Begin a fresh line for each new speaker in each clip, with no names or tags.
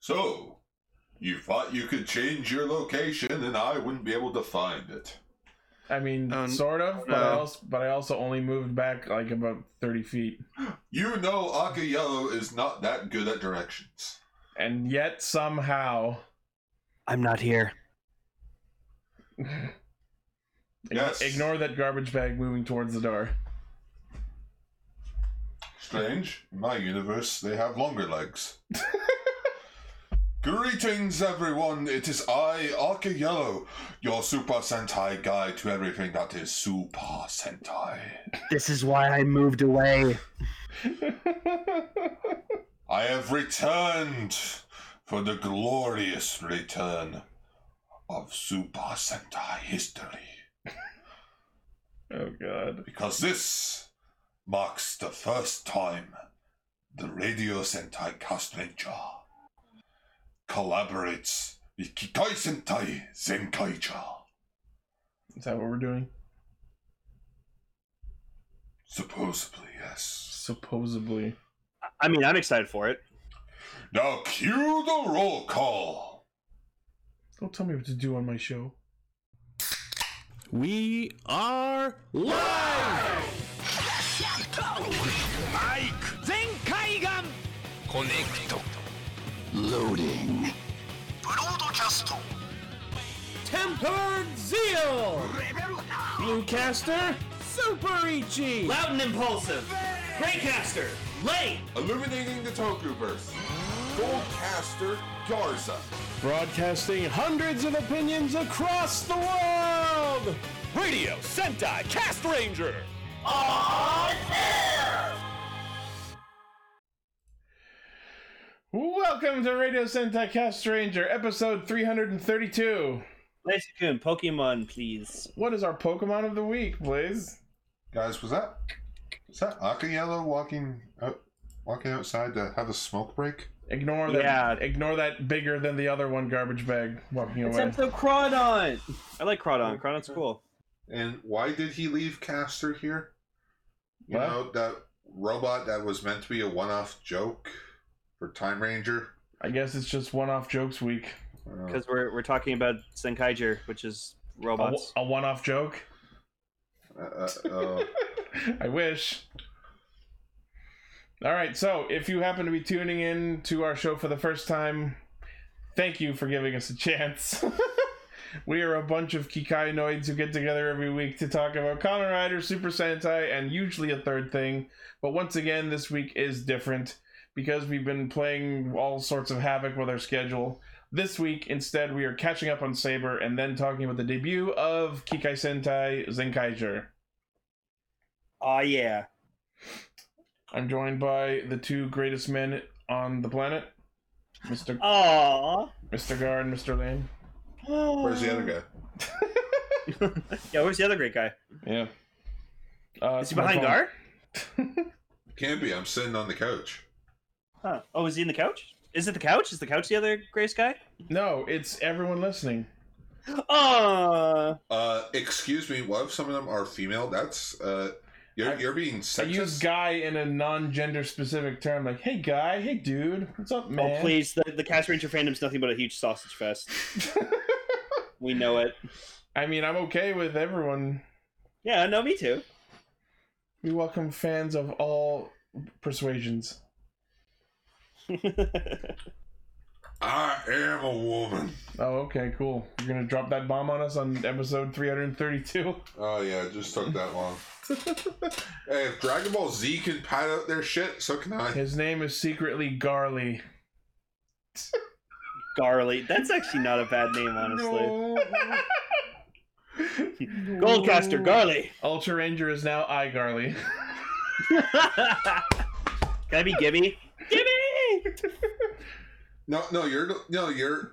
So, you thought you could change your location and I wouldn't be able to find it.
I mean,
Oh, n-
sort of, but I
no.
also but I also only moved back like about thirty feet,
You know Akayello is not that good at directions.
and yet somehow,
I'm not here.
Ign-
Yes.
ignore that garbage bag moving towards the door.
Strange. In my universe, they have longer legs. Greetings, everyone. It is I, Arca Yellow, your Super Sentai guide to everything that is Super Sentai.
This is why I moved away.
I have returned for the glorious return of Super Sentai history.
oh God!
because this marks the first time the Radio Sentai Cast Venture collaborates with Kikai Sentai Zenkaicha.
Is that what we're doing?
Supposedly, yes.
Supposedly.
I mean, I'm excited for it.
Now cue the roll call.
Don't tell me what to do on my show.
We are live!
マイク全海岸コネクトローディングブロードキャスト
Tempered Zeal!
レベル
Bluecaster? Super Ichi!
Loud and impulsive. Greycaster. Late.
Illuminating the Tokuverse. Goldcaster Garza.
Broadcasting hundreds of opinions across the world! Radio Sentai Cast Ranger!
Welcome to Radio Sentai Cast Stranger, episode 332.
Lexicon, Pokemon, please.
What is our Pokemon of the week, Blaze?
Guys, was that was that Akayello walking out, walking outside to have a smoke break?
Ignore that.
Yeah.
Ignore that bigger than the other one garbage bag walking away.
Except for Crawdon. I like Crawdon. Crawdon's cool.
And why did he leave Caster here? You
What?
know, that robot that was meant to be a one off joke for Time Ranger.
I guess it's just one-off jokes week.
Uh,
Because we're, we're talking about Senkaiger, which is
A, w-
robots.
a one-off joke.
uh, uh, uh,
I wish. All right, so if you happen to be tuning in to our show for the first time, thank you for giving us a chance. we are a bunch of Kikainoids who get together every week to talk about Kamen Rider, Super Sentai, and usually a third thing. But once again, this week is different because we've been playing all sorts of havoc with our schedule. This week, instead, we are catching up on Saber and then talking about the debut of Kikai Sentai Zenkaiger.
Oh, yeah.
I'm joined by the two greatest men on the planet, Mr.
Aww.
Mr. Gar and Mr. Lane.
where's the other guy?
Yeah, where's the other great guy?
Yeah. Uh,
Is he
it's my
behind
phone.
Gar?
Can't be. I'm sitting on the couch.
Huh. Oh, is he in the couch? Is it the couch? Is the couch the other Grace guy?
No, it's everyone listening.
Oh,
Uh, excuse me. What if some of them are female? That's uh, you're,
I-
you're being
I use
sexist.
guy in a non-gender specific term, like "Hey guy, hey dude, what's up, man?"
oh please. The, the Cast Ranger fandom's nothing but a huge sausage fest. we know it.
I mean, I'm okay with everyone.
Yeah, no, me too.
We welcome fans of all persuasions.
I am a woman.
Oh, okay, cool. You're gonna drop that bomb on us on episode 332.
Oh yeah, it just took that long. hey, if Dragon Ball Z can pad out their shit, so can I.
His name is secretly Garly.
Garly. That's actually not a bad name, honestly. Goldcaster,
No.
Garly.
Ultra Ranger is now I Garly.
Can I be Gibby? Gibby!
No, no, you're no, you're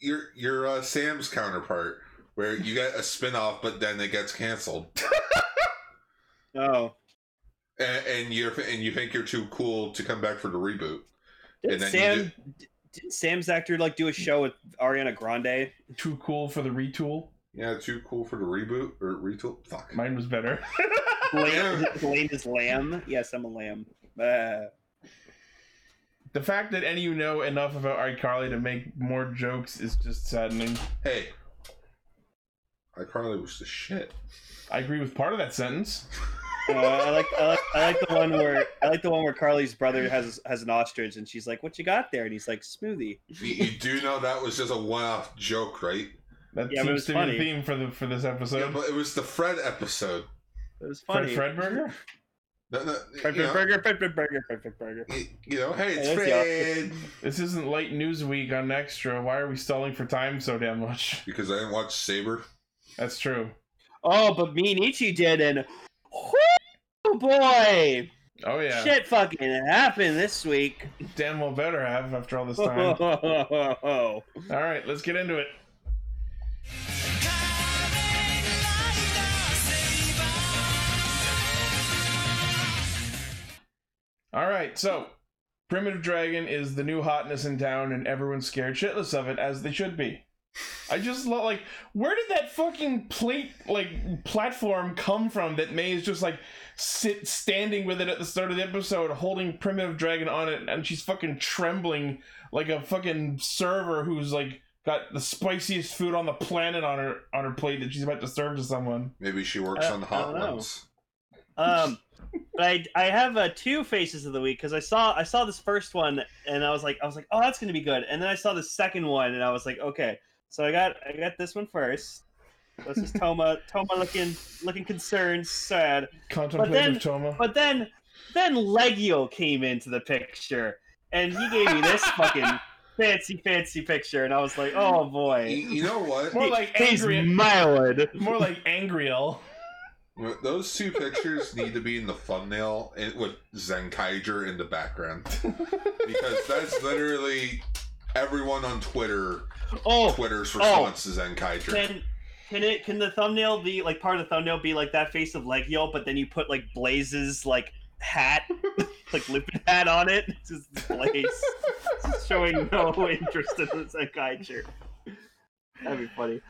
you're you're uh, Sam's counterpart, where you get a spin-off, but then it gets canceled,
Oh,
and, and you're and you think you're too cool to come back for the reboot.
did
And then you
Sam? d Did Sam's actor like do a show with Ariana Grande?
Too cool for the retool.
Yeah, too cool for the reboot or retool. Fuck.
Mine was better.
uh, Blaine, Blaine is lamb. Yes, I'm a lamb. Uh,
The fact that any of you know enough about iCarly to make more jokes is just saddening.
Hey, iCarly was the shit.
I agree with part of that sentence.
Uh, I like I like I like the one where I like the one where Carly's brother has has an ostrich and she's like, "What you got there?" And he's like, "Smoothie."
You, you do know that was just a one-off joke, right?
That
Yeah, but it
seems
was
to be the
funny.
theme for the for this
Yeah,
episode.
but it was the Fred episode.
It was
Fred
funny.
Fredberger?
No, no,
Fred,
you,
Fred
know,
Burger, Fred, Fred Burger, Fred, Fred Burger.
you- you know, hey, it's
Hey, that's
Fred.
This isn't late news week on Extra. Why are we stalling for time so damn much?
Because I didn't watch Saber.
That's true.
Oh, but me and Ichi did, and oh boy,
Oh yeah.
shit fucking happened this week.
Damn well better have after all this time.
Oh,
all right, let's get into it. All right, so Primitive Dragon is the new hotness in town, and everyone's scared shitless of it, as they should be. I just love, like, where did that fucking plate, like, platform come from that May is just, like, sit standing with it at the start of the episode, holding Primitive Dragon on it, and she's fucking trembling like a fucking server who's, like, got the spiciest food on the planet on her on her plate that she's about to serve to someone.
Maybe she works
I-
on the
I
hot
don't know.
ones.
um, but I I have uh, two faces of the week because I saw I saw this first one and I was like I was like oh that's gonna be good, and then I saw the second one and I was like okay, so I got I got this one first. This is Toma Toma looking looking concerned, sad.
Contemplative Toma.
But then, then Leggio came into the picture, and he gave me this fucking fancy, fancy picture, and I was like, oh
You,
boy,
you know what?
More like
he's
angry.
mild.
More like Angriel.
Those two pictures need to be in the thumbnail and with Zenkaiger in the background. because that's literally everyone on Twitter
Oh,
Twitter's response to Zenkaiger.
can can it can the thumbnail be like part of the thumbnail be like that face of Leggio, but then you put like Blaze's like hat, like lipid hat on it, It's just Blaze just showing no interest in the psychiatrist. That'd be funny.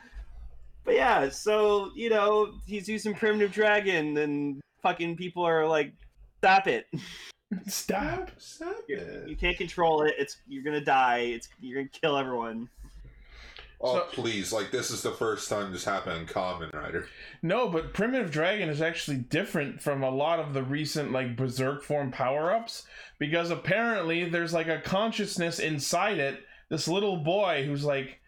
But yeah, so you know he's using primitive dragon, and fucking people are like, "Stop it!
Stop. Stop.
You can't control it. It's you're gonna die. It's you're gonna kill everyone."
Oh
So-
please! Like this is the first time this happened in Common Rider.
No, but Primitive Dragon is actually different from a lot of the recent like Berserk form power-ups because apparently there's like a consciousness inside it. This little boy who's like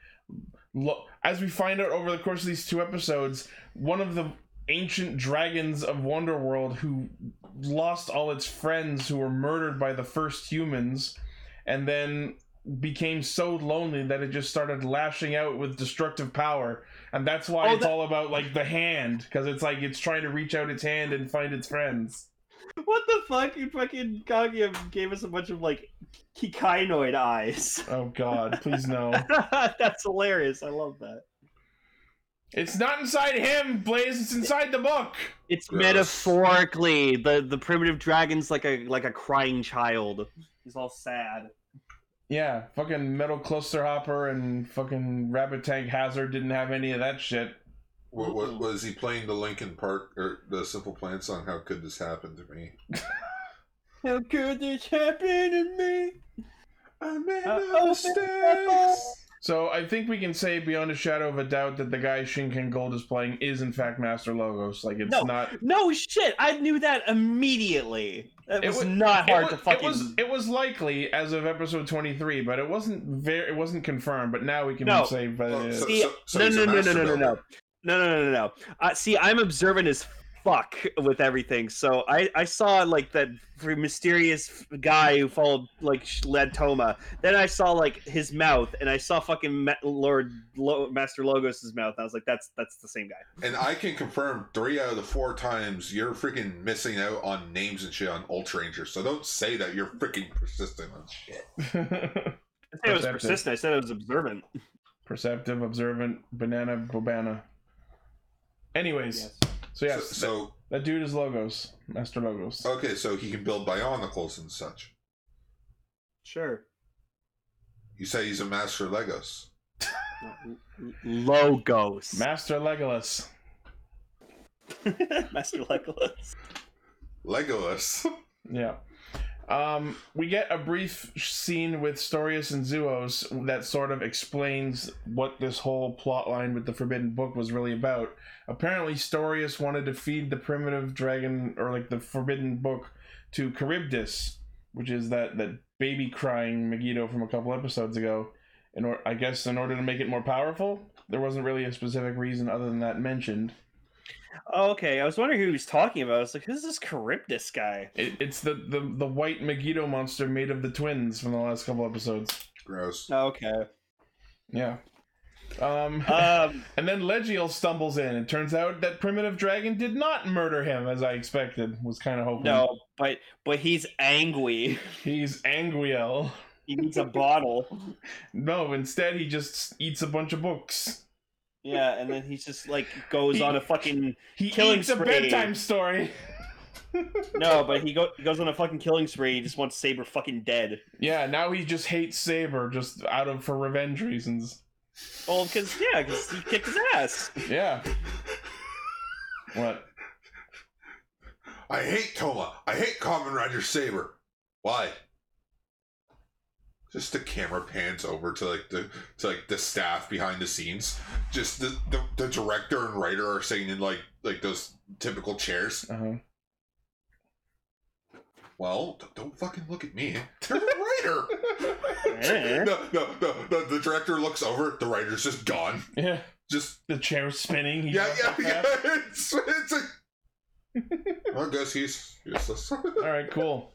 look as we find out over the course of these two episodes, one of the ancient dragons of Wonderworld who lost all its friends who were murdered by the first humans and then became so lonely that it just started lashing out with destructive power and that's why
Oh,
it's
that-
all about like the hand because it's like it's trying to reach out its hand and find its friends
What the fuck? You fucking Kaguya gave us a bunch of like kikainoid eyes.
oh god please no
That's hilarious. I love that.
it's not inside him blaze it's inside the book
It's
Gross.
metaphorically the the primitive dragon's like a like a crying child. He's all sad.
yeah fucking metal cluster hopper and fucking rabbit tank hazard didn't have any of that shit
What, what was he playing the Linkin Park or the Simple Plan song? How could this happen to me?
How could this happen to me?
I made
Uh,
no
oh,
mistakes.
so i think we can say beyond a shadow of a doubt that the guy shinken gold is playing is in fact master logos like it's
No.
not
No shit, I knew that immediately. That
It
was,
wa-
not hard
it
to
was,
fucking.
it was it was likely as of episode 23 but it wasn't very it wasn't confirmed but now we can
No.
say but
Oh,
it is.
so-
See, no,
he's
no,
a
no, no, no,
master
no, no,
builder.
no, no, no, no, no. Uh, see, I'm observant as fuck with everything. So I, I saw like that f- mysterious f- guy who followed like sh- led Toma. Then I saw like his mouth, and I saw fucking Ma- Lord Lo- Master Logos's mouth. And I was like, that's that's the same guy.
And I can confirm three out of the four times you're freaking missing out on names and shit on Ultra Ranger. So don't say that you're freaking persistent on shit.
I said it was
Perceptive.
persistent. I said it was observant.
perceptive observant banana bobana anyways so yeah
so, Oh. so
that dude is logos master logos
okay, so he can build bionicles and such.
Sure.
You say he's a master Legos.
Logos.
master legolas
Master Legolas.
Legolas.
yeah Um, we get a brief scene with Storius and Zuos that sort of explains what this whole plot line with the Forbidden Book was really about. Apparently, Storius wanted to feed the primitive dragon, or like the Forbidden Book, to Charybdis, which is that, that baby crying Megiddo from a couple episodes ago. In or- I guess in order to make it more powerful, there wasn't really a specific reason other than that mentioned.
Oh, okay, I was wondering who he was talking about. I was like, who's this Charybdis guy?
It, it's the, the the white Megiddo monster made of the twins from the last couple episodes.
Gross.
Okay.
Yeah. Um,
Um,
and then Legiel stumbles in. It turns out that Primitive Dragon did not murder him, as I expected. Was kind of hoping.
no, but but he's angry.
He's Anguiel.
He needs a bottle.
No, instead he just eats a bunch of books.
Yeah, and then he just like goes
He-
on a fucking
He
Killing
eats a
spree.
bedtime story.
no, but he, go- he goes on a fucking killing spree. He just wants Saber fucking dead.
Yeah, now he just hates Saber just out of for revenge reasons.
Well, because yeah, because he kicked his ass.
Yeah. What?
I hate Toma. I hate Common Rider Saber. Why? Just the camera pans over to like the to like the staff behind the scenes. Just the, the, the director and writer are sitting in like like those typical chairs.
Uh-huh.
Well, d- don't fucking look at me. You're the
Eh.
writer. no, no, no, no. The director looks over. The writer's just gone.
Yeah.
Just
The chair's spinning. He
yeah,
dropped
yeah,
off
yeah.
that.
It's it's. A... I guess he's useless.
All right, cool.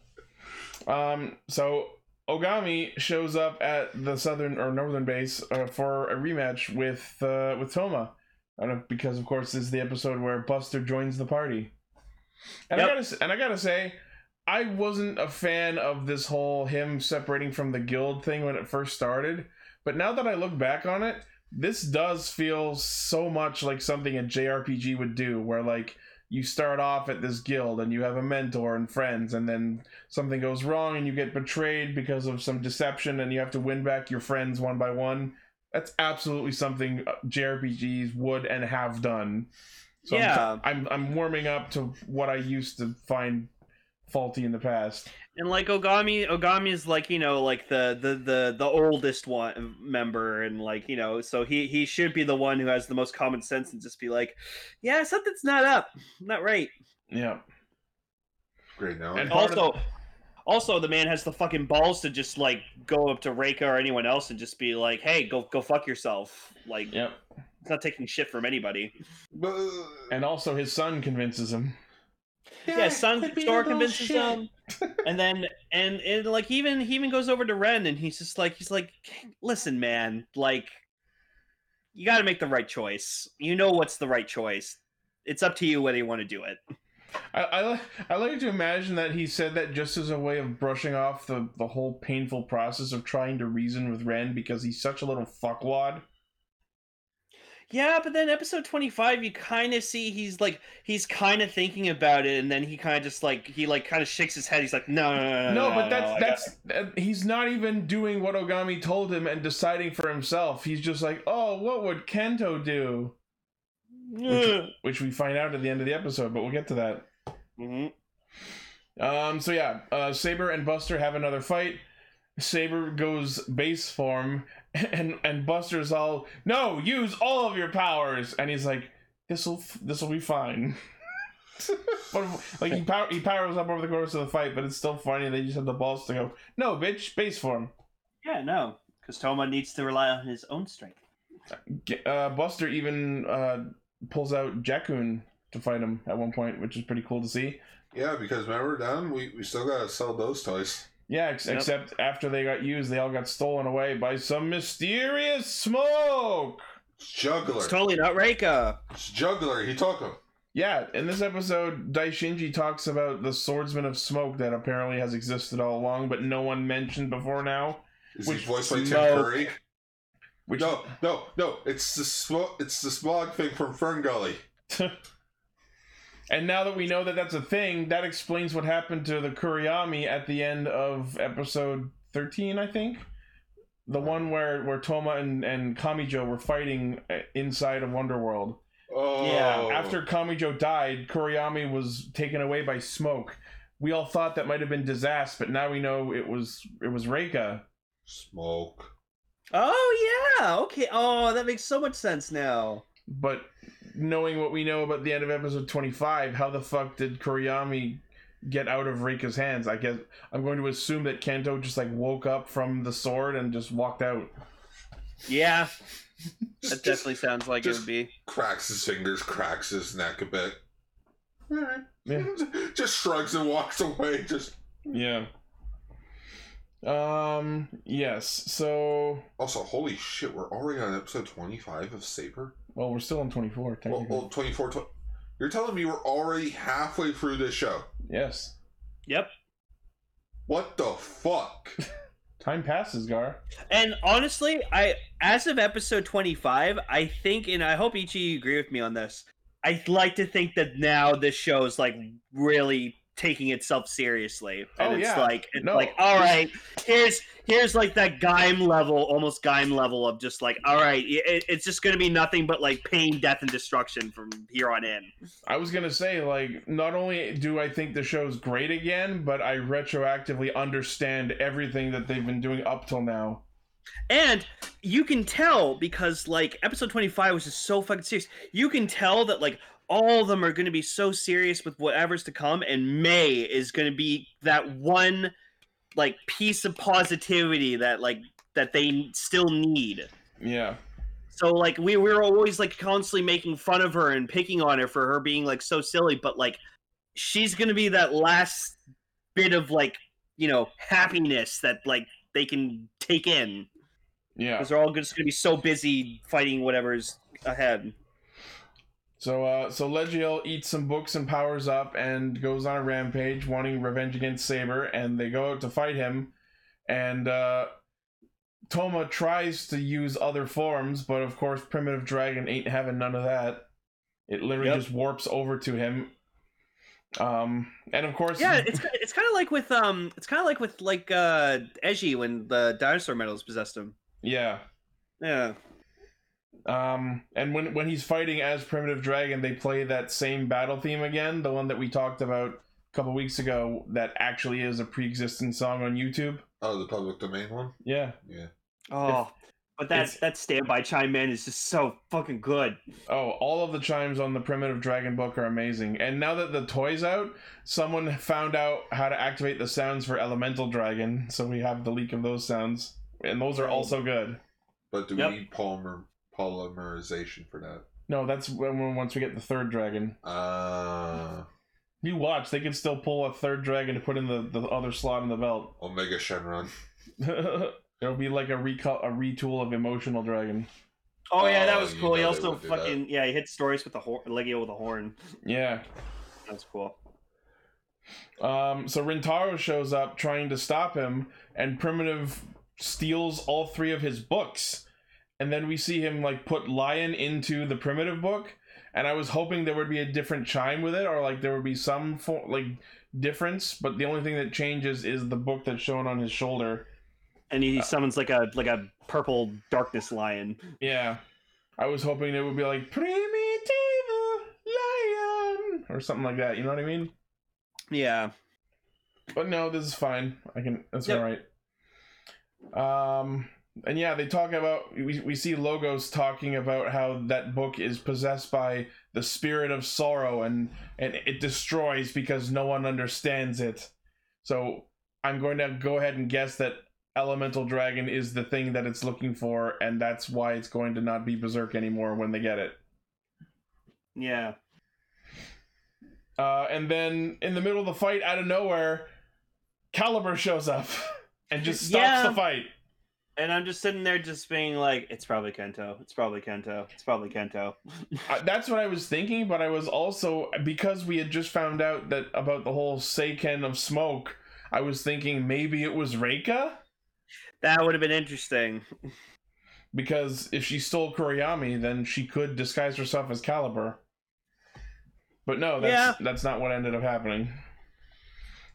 Um, so Ogami shows up at the southern or northern base uh, for a rematch with uh, with Toma, I don't know, because of course this is the episode where Buster joins the party. And I
Yep.
gotta s- and I gotta say, I wasn't a fan of this whole him separating from the guild thing when it first started, but now that I look back on it, this does feel so much like something a JRPG would do, where like you start off at this guild and you have a mentor and friends and then something goes wrong and you get betrayed because of some deception and you have to win back your friends one by one that's absolutely something uh, jrpgs would and have done so I'm-
Yeah.
I'm, I'm warming up to what i used to find faulty in the past
And like Ogami, Ogami is like you know like the the the the oldest one member, and like you know, so he he should be the one who has the most common sense and just be like, yeah, something's not up, not right.
yeah
Great now.
And- Part of-
Also, also the man has the fucking balls to just like go up to Reika or anyone else and just be like, hey, go go fuck yourself. Like
yep
it's not taking shit from anybody.
and also his son convinces him
Yeah, Sun Store convinces him, and then and and like he even he even goes over to Ren and he's just like he's like, listen, man, like you got to make the right choice. You know what's the right choice. It's up to you whether you want to do it.
I, I, li- I like to imagine that he said that just as a way of brushing off the, the whole painful process of trying to reason with Ren because he's such a little fuckwad.
Yeah, but then episode 25 you kind of see he's like he's kind of thinking about it and then he kind of just like he like kind of shakes his head. He's like, "No, no, no, no."
no, but
no,
that's
I got-
that's that- he's not even doing what Ogami told him and deciding for himself. He's just like, oh, what would Kento do?
Ugh."
Which we find out at the end of the episode, but we'll get to that.
Mhm.
Um, so yeah, uh, Saber and Buster have another fight. Saber goes base form, and and Buster's all no, use all of your powers, and he's like, this will this will be fine. but like he power he powers up over the course of the fight, but it's still funny. They just have the balls to go. No, bitch, base form.
Yeah, no. Cuz Toma needs to rely on his own strength.
G- Uh, Buster even uh, pulls out Jakun to fight him at one point, which is pretty cool to see.
Yeah, because when we're done, we, we still gotta sell those toys.
Yeah, ex-
Yep.
except after they got used, they all got stolen away by some mysterious smoke.
It's juggler.
It's totally not Reika.
It's juggler, Hitoko.
Yeah, in this episode, Daishinji talks about the swordsman of smoke that apparently has existed all along, but no one mentioned before now.
Is
Which
he voiced by Tim
smoke.
Curry?
Which
No, no, no. It's the smog. It's the smog thing from Fern Gully.
and now that we know that that's a thing, that explains what happened to the Kuriyami at the end of episode thirteen, I think. The one where where Toma and and Kamijo were fighting uh, inside of Wonderworld.
Oh,
Yeah, after Kamijo died, Kuriyami was taken away by smoke, we all thought that might have been disaster, but now we know it was it was Reika.
Smoke.
Oh yeah. Okay. Oh, that makes so much sense now.
But knowing what we know about the end of episode twenty five, how the fuck did Kuriyami get out of Reika's hands? I guess I'm going to assume that Kanto just like woke up from the sword and just walked out.
Yeah, that
Just, just
definitely sounds like it
just-
would be.
cracks his fingers, cracks his neck a bit.
Yeah.
just shrugs and walks away. Just
Yeah. Um. Yes. So.
also, holy shit, we're already on episode twenty-five of Saber.
Well, we're still on 24,
Well,
technically.
well 24, tw- You're telling me we're already halfway through this show?
yes.
Yep.
What the fuck?
Time passes, Gar.
And honestly, I as of episode 25, I think and I hope each of you agree with me on this. I like to think that now this show is like really taking itself seriously. And
Oh,
it's
yeah.
like it's
No.
like all right, here's here's like that Gaim level, almost Gaim level of just like all right, i- it, it's just going to be nothing but like pain, death and destruction from here on in.
I was going to say, like, not only do I think the show's great again, but I retroactively understand everything that they've been doing up till now.
And you can tell because like episode 25 was just so fucking serious. You can tell that like all of them are going to be so serious with whatever's to come and May is going to be that one like piece of positivity that like that they still need.
Yeah.
So like we we were always like constantly making fun of her and picking on her for her being like so silly, but like she's gonna be that last bit of like you know happiness that like they can take in
Yeah.
because they're all just going to be so busy fighting whatever's ahead.
So, uh, so Legiel eats some books and powers up and goes on a rampage wanting revenge against Saber, and they go out to fight him. And, uh, Toma tries to use other forms, but of course, Primitive Dragon ain't having none of that. It literally
Yep.
just warps over to him. Um, and of course,
Yeah, it's ki- it's kind of like with um, it's kind of like with like uh Eji when the dinosaur metals possessed him.
yeah.
Yeah.
Um, and when when he's fighting as Primitive Dragon, they play that same battle theme again, the one that we talked about a couple weeks ago. That actually is a pre-existing song on YouTube.
Oh, the public domain one.
Yeah.
Yeah.
Oh, but that
it's-
that standby chime in is just so fucking good.
Oh, all of the chimes on the primitive dragon book are amazing. And now that the toy's out, someone found out how to activate the sounds for elemental dragon, so we have the leak of those sounds. And those are also good.
But do
Yep.
we need polymer polymerization for that?
No, that's when, when once we get the third dragon.
Uh,
You watch, they can still pull a third dragon to put in the, the other slot in the belt.
Omega Shenron.
It'll be like a reco- a retool of emotional dragon.
Oh yeah,
Oh,
that was
you
cool. He
know they
also
would do that.
fucking yeah, he hit stories with the horn, Legio with a horn.
Yeah.
That's cool.
Um, so Rintaro shows up trying to stop him, and Primitive steals all three of his books. And then we see him like put Lion into the Primitive book. And I was hoping there would be a different chime with it, or like there would be some fo- like difference. But the only thing that changes is the book that's shown on his shoulder.
And he summons like a like a purple darkness lion.
Yeah, I was hoping it would be like Primitivo Lion or something like that. You know what I mean?
Yeah.
But no, this is fine. I can. That's
Yep.
all right. Um, and yeah, they talk about we we see logos talking about how that book is possessed by the spirit of sorrow and and it destroys because no one understands it. So I'm going to go ahead and guess that elemental dragon is the thing that it's looking for, and that's why it's going to not be berserk anymore when they get it.
Yeah.
Uh, and then in the middle of the fight, out of nowhere, Caliber shows up and just stops
Yeah.
the fight.
And I'm just sitting there just being like, it's probably Kento. It's probably Kento. It's probably Kento.
I, that's what I was thinking, but I was also because we had just found out that about the whole Seiken of smoke. I was thinking maybe it was Reika
That would have been interesting.
because if she stole Kuriyami, then she could disguise herself as Caliber. But no, that's that's not what ended up happening.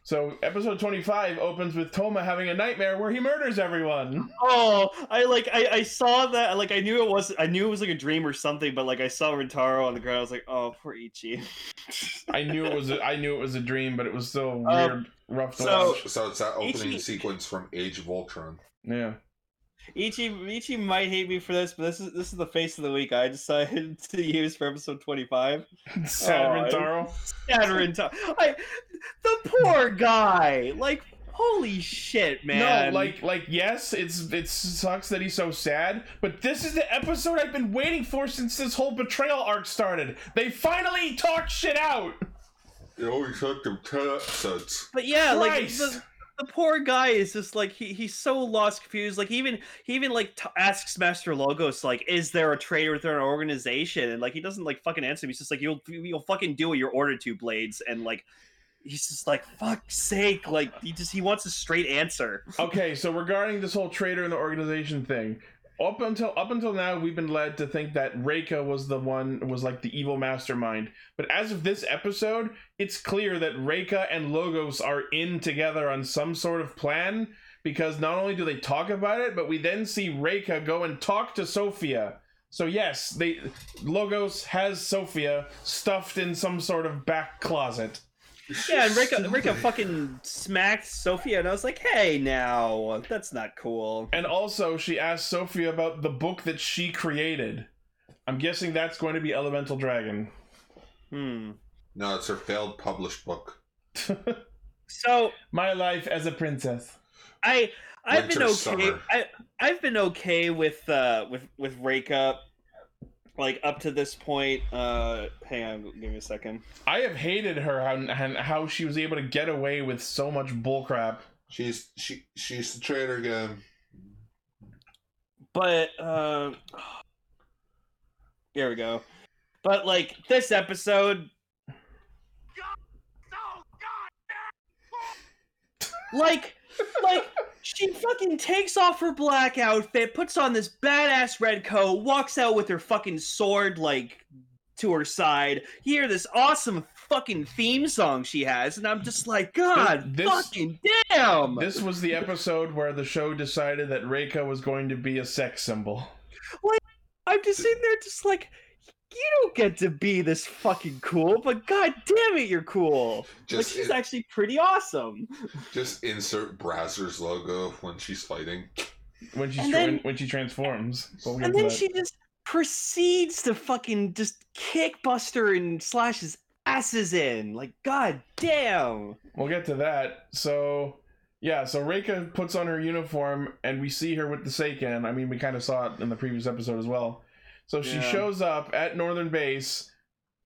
So episode 25 opens with Toma having a nightmare where he murders everyone.
Oh, I like I, I saw that like I knew it was I knew it was like a dream or something, but like I saw Rentaro on the ground, I was like, oh poor Ichi.
I knew it was a, I knew it was a dream, but it was so weird,
Um,
rough to
so-
watch.
So it's that opening
Ichi-
sequence from Age of Ultron.
Yeah.
Ichi Ichi might hate me for this, but this is this is the face of the week I decided to use for episode twenty five.
Sad
Aw,
Rintaro.
Sad Rentaro. I the poor guy. Like holy shit, man.
No, like like yes, it's it sucks that he's so sad, but this is the episode I've been waiting for since this whole betrayal arc started. They finally talked shit out.
It only took them ten episodes.
But yeah, like
Christ.
the, the poor guy is just like he, he's so lost, confused. Like even he even like t- asks Master Logos like, "Is there a traitor within our organization?" And like he doesn't like fucking answer him. He's just like, "You'll you'll fucking do what you're ordered to, Blades." And like he's just like, "Fuck's sake!" Like he just he wants a straight answer.
Okay, so regarding this whole traitor in the organization thing, up until up until now we've been led to think that Reika was the one was like the evil mastermind. But as of this episode, it's clear that Reika and Logos are in together on some sort of plan because not only do they talk about it, but we then see Reika go and talk to Sophia. So yes, they Logos has Sophia stuffed in some sort of back closet.
Yeah, and Rika Rika fucking smacked Sophia, and I was like, "Hey, now that's not cool."
And also, she asked Sophia about the book that she created. I'm guessing that's going to be Elemental Dragon.
Hmm.
No, it's her failed published book.
So
My life as a princess.
I I've been okay.
Winter, summer.
I I've been okay with uh with with rake up like up to this point. Uh hang on, give me a second.
I have hated her how and how she was able to get away with so much bullcrap.
She's she she's the traitor again.
But uh here we go. But like this episode like like she fucking takes off her black outfit, puts on this badass red coat, walks out with her fucking sword like to her side. You hear this awesome fucking theme song she has, and I'm just like, God,
This-
fucking damn!
This was the episode where the show decided that Reika was going to be a sex symbol.
I'm just sitting there, just like, you don't get to be this fucking cool, but god damn it, you're cool. like
Just
she's
in-
actually pretty awesome.
just insert Brazzers logo when she's fighting.
When she
And
tra-
then-
when she transforms. But we'll get
And
to
then
that.
she just proceeds to fucking just kick Buster and slash his asses in. Like, god damn.
We'll get to that. So, yeah, so Reika puts on her uniform and we see her with the Seiken. I mean, we kind of saw it in the previous episode as well. So she
Yeah.
shows up at Northern Base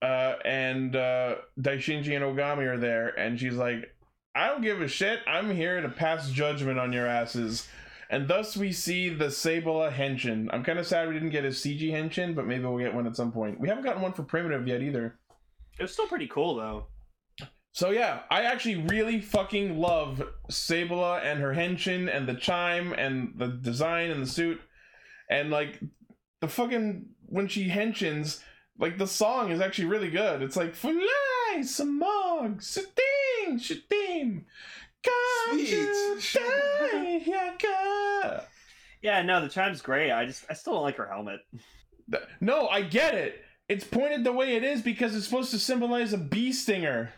uh, and uh, Daishinji and Ogami are there and she's like, I don't give a shit. I'm here to pass judgment on your asses. And thus we see the Sabola Henshin. I'm kind of sad we didn't get a CG Henshin, but maybe we'll get one at some point. We haven't gotten one for Primitive yet either.
It was still pretty cool though.
So yeah, I actually really fucking love Sabola and her henshin and the chime and the design and the suit and like the fucking when she henshins, like the song is actually really good. It's like fly smog sting shatim come to
Sweet.
die, yaka."
Yeah, no, the chime's great. I just I still don't like her helmet.
Th- No, I get it. It's pointed the way it is because it's supposed to symbolize a bee stinger.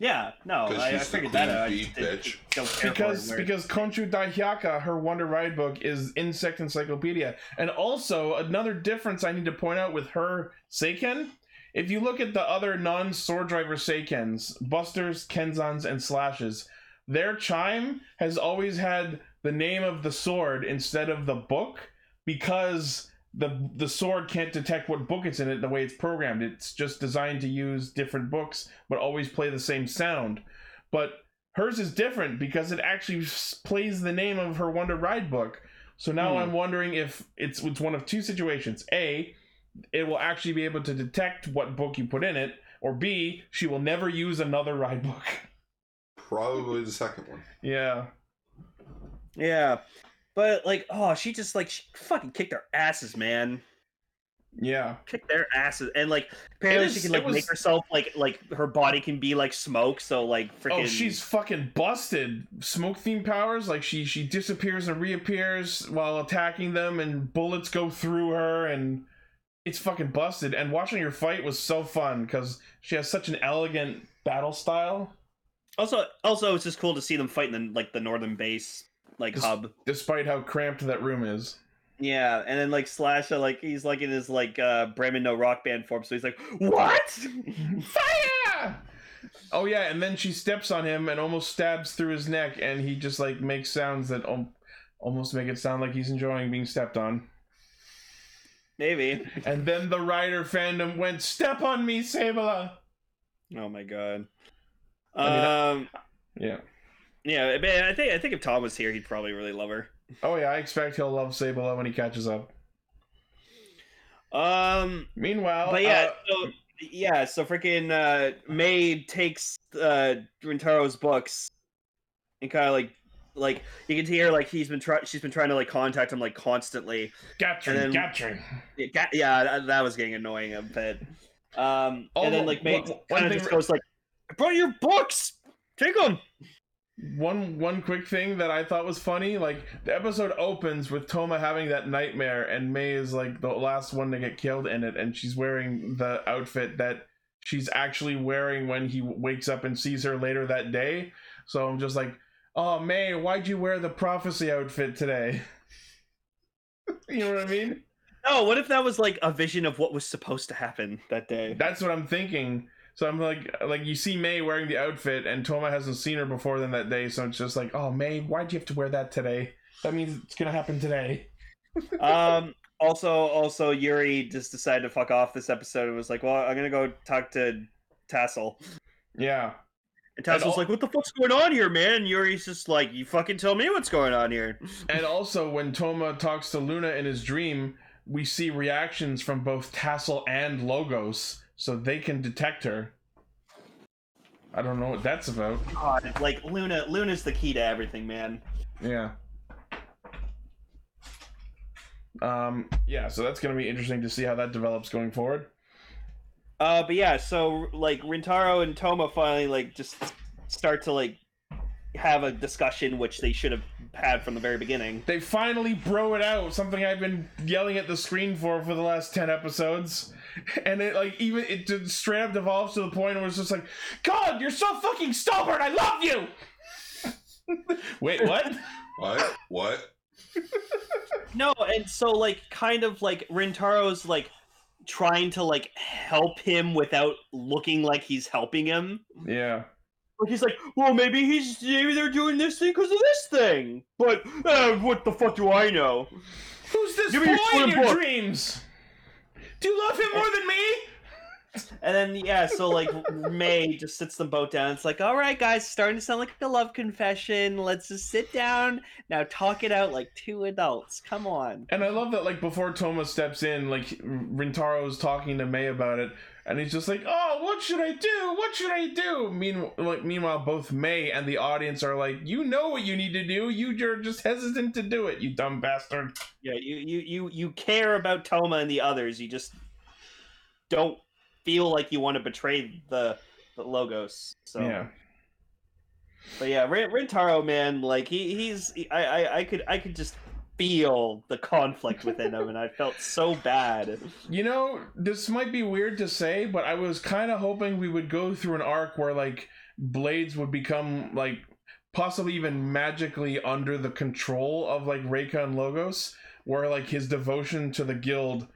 Yeah, no,
'Cause
I, I
she's the
figured that
queen
out. I
bee,
just didn't-
bitch.
don't care for her
because
and wear it.
because Konchu Dahyaka, her Wonder Ride book, is Insect Encyclopedia. And also another difference I need to point out with her Seiken, if you look at the other non-sword driver Seikens, Busters, Kenzans, and Slashes, their chime has always had the name of the sword instead of the book because the the sword can't detect what book it's in it the way it's programmed. It's just designed to use different books but always play the same sound. But hers is different because it actually s- plays the name of her Wonder Ride book. So now
Hmm.
I'm wondering if it's, it's one of two situations: a, it will actually be able to detect what book you put in it, or b, she will never use another ride book.
Probably the second one.
yeah,
Yeah. But like, oh, she just like she fucking kicked our asses, man.
Yeah.
kick their asses and like apparently
was-
she can
it
like
was-
make herself like like her body can be like smoke so like freaking
Oh, she's fucking busted. Smoke theme powers, like she she disappears and reappears while attacking them, and bullets go through her, and it's fucking busted. And watching her fight was so fun because she has such an elegant battle style,
also also it's just cool to see them fight in the, like the northern base like
Just-
hub
despite how cramped that room is.
yeah and then like slash uh, like he's like in his like uh bremen no rock band form so he's like what
Fire! Oh yeah, and then she steps on him and almost stabs through his neck, and he just like makes sounds that al- almost make it sound like he's enjoying being stepped on.
maybe
And then the rider fandom went, "Step on me, Sabola."
oh my god
I mean,
um
Yeah.
yeah man i think i think if tom was here he'd probably really love her
Oh yeah, I expect he'll love Sabola when he catches up.
um
Meanwhile,
but yeah,
uh,
so yeah, so freaking uh, May takes uh, Rintaro's books and kind of like, like you can hear like he's been trying, she's been trying to like contact him like constantly.
Gatrin,
and then-
Gatrin.
It got, yeah, that, that was getting annoying a bit. Um,
Oh,
and then like May
one- one
kind of
thing-
just goes like, "I brought your books, take them."
One one quick thing that I thought was funny, like the episode opens with Toma having that nightmare, and May is like the last one to get killed in it, and she's wearing the outfit that she's actually wearing when he wakes up and sees her later that day. So I'm just like, oh May, why'd you wear the prophecy outfit today? you know what I mean?
No, "Oh, what if that was like a vision of what was supposed to happen that day?
That's what I'm thinking. So I'm like, like you see May wearing the outfit, and Toma hasn't seen her before then that day. So it's just like, oh May, why'd you have to wear that today? That means it's gonna happen today.
um also also yuri just decided to fuck off this episode and was like well i'm gonna go talk to tassel
Yeah,
and tassel's
all-
like what the fuck's going on here man and yuri's just like you fucking tell me what's going on here
and also when Toma talks to Luna in his dream, we see reactions from both Tassel and Logos, so they can detect her. I don't know what that's about.
God, like luna luna's the key to everything man
Yeah. Um. Yeah. So that's gonna be interesting to see how that develops going forward.
uh but yeah so like rintaro and toma finally like just start to like have a discussion which they should have had from the very beginning
They finally bro it out, something I've been yelling at the screen for for the last 10 episodes. And it, like, even it did straight up devolves to the point where it's just like, God, you're so fucking stubborn, I love you! Wait, what?
What? What?
No, and so like kind of like Rintaro's like trying to like help him without looking like he's helping him.
yeah.
Like he's like, well, maybe he's maybe they're doing this thing because of this thing. But uh, what the fuck do I know?
Who's this
Give me
boy
your
in
swim
your
book.
dreams? Do you love him more than me?
And then yeah, so like May just sits them both down. It's like, all right, guys, starting to sound like a love confession. Let's just sit down now, talk it out like two adults. Come on.
And I love that, like, before Toma steps in, like, Rintaro's talking to May about it, and he's just like, "Oh, what should I do? What should I do?" Meanwhile, like, meanwhile, both May and the audience are like, "You know what you need to do. You, you're just hesitant to do it. You dumb bastard."
Yeah, you you you you care about Toma and the others. You just don't feel like you want to betray the, the logos. So,
Yeah,
but yeah, Rin- Rintaro, man, like he he's he- I, I I could I could just feel the conflict within him, and I felt so bad.
you know, this might be weird to say, but I was kind of hoping we would go through an arc where like Blades would become like possibly even magically under the control of like Reika and Logos, where like his devotion to the guild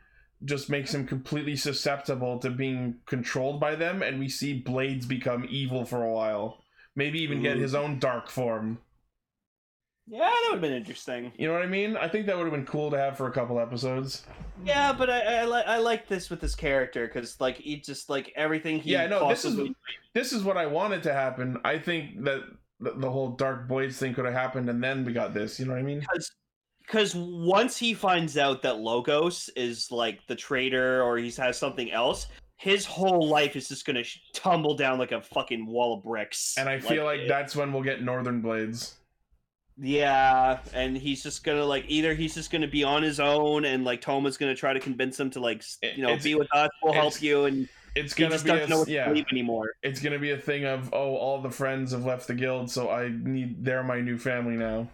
just makes him completely susceptible to being controlled by them, and we see Blades become evil for a while. Maybe even get his own dark form.
Yeah, that would have been interesting.
You know what I mean? I think that would have been cool to have for a couple episodes.
Yeah, but I I, li- I like this with his character because like he just like everything he
Yeah, no, this is-
possibly-
this is what I wanted to happen. I think that th- the whole Dark Blades thing could have happened, and then we got this. You know what I mean?
because once he finds out that Logos is like the traitor or he's has something else, his whole life is just gonna sh- tumble down like a fucking wall of bricks.
And I feel like
it-
that's when we'll get Northern Blades.
Yeah, and he's just gonna like either he's just gonna be on his own, and like Toma's gonna try to convince him to like s-
It-
you know
it's-
be with us, we'll help
it's-
you, and
It's
he
gonna
just
be a,
doesn't know what to
yeah.
believe anymore.
It's gonna be a thing of oh, all the friends have left the guild, so I need they're my new family now.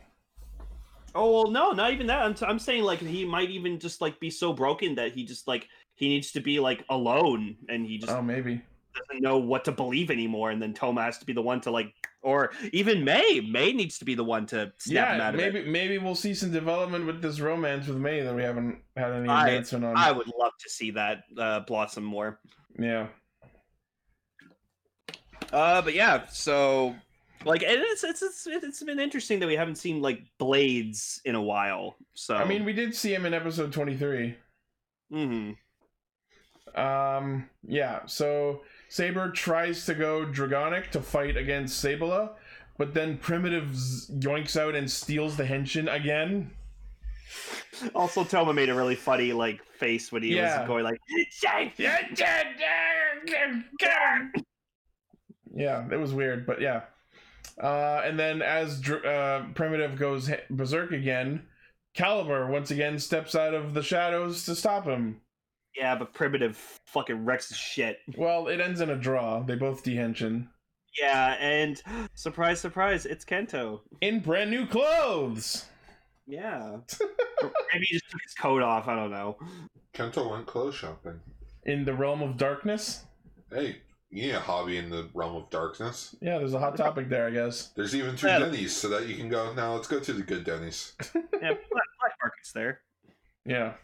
Oh well, no, not even that. I'm, t- I'm saying like he might even just like be so broken that he just like he needs to be like alone, and he just
Oh, maybe.
doesn't know what to believe anymore. And then Toma has to be the one to like, or even May. May needs to be the one to snap him
yeah,
out of
maybe
it.
maybe we'll see some development with this romance with May that we haven't had any
I-
advancement on.
I would love to see that uh, blossom more.
yeah,
Uh, but yeah, so like and it's, it's it's it's been interesting that we haven't seen like blades in a while. So
I mean, we did see him in episode twenty three.
mhm.
Um, yeah, so Saber tries to go Dragonic to fight against Sabola, but then Primitive z- yoinks out and steals the Henshin again.
also Toma made a really funny like face when he
Yeah.
was going like
Yeah, it was weird, but yeah. Uh, and then as Dr- uh, Primitive goes he- berserk again, Caliber once again steps out of the shadows to stop him.
yeah, but primitive fucking wrecks the shit.
Well, it ends in a draw. They both dehenshin
Yeah, and surprise surprise, it's Kento.
in brand new clothes.
Yeah. Or Maybe he just took his coat off, I don't know.
Kento went clothes shopping.
In the realm of darkness.
Hey, you need a hobby in the realm of darkness.
Yeah, there's a hot topic there, I guess.
There's even two
Yeah.
Denny's, so that you can go. Now let's go to the good Denny's.
Yeah, black, black market's there.
Yeah.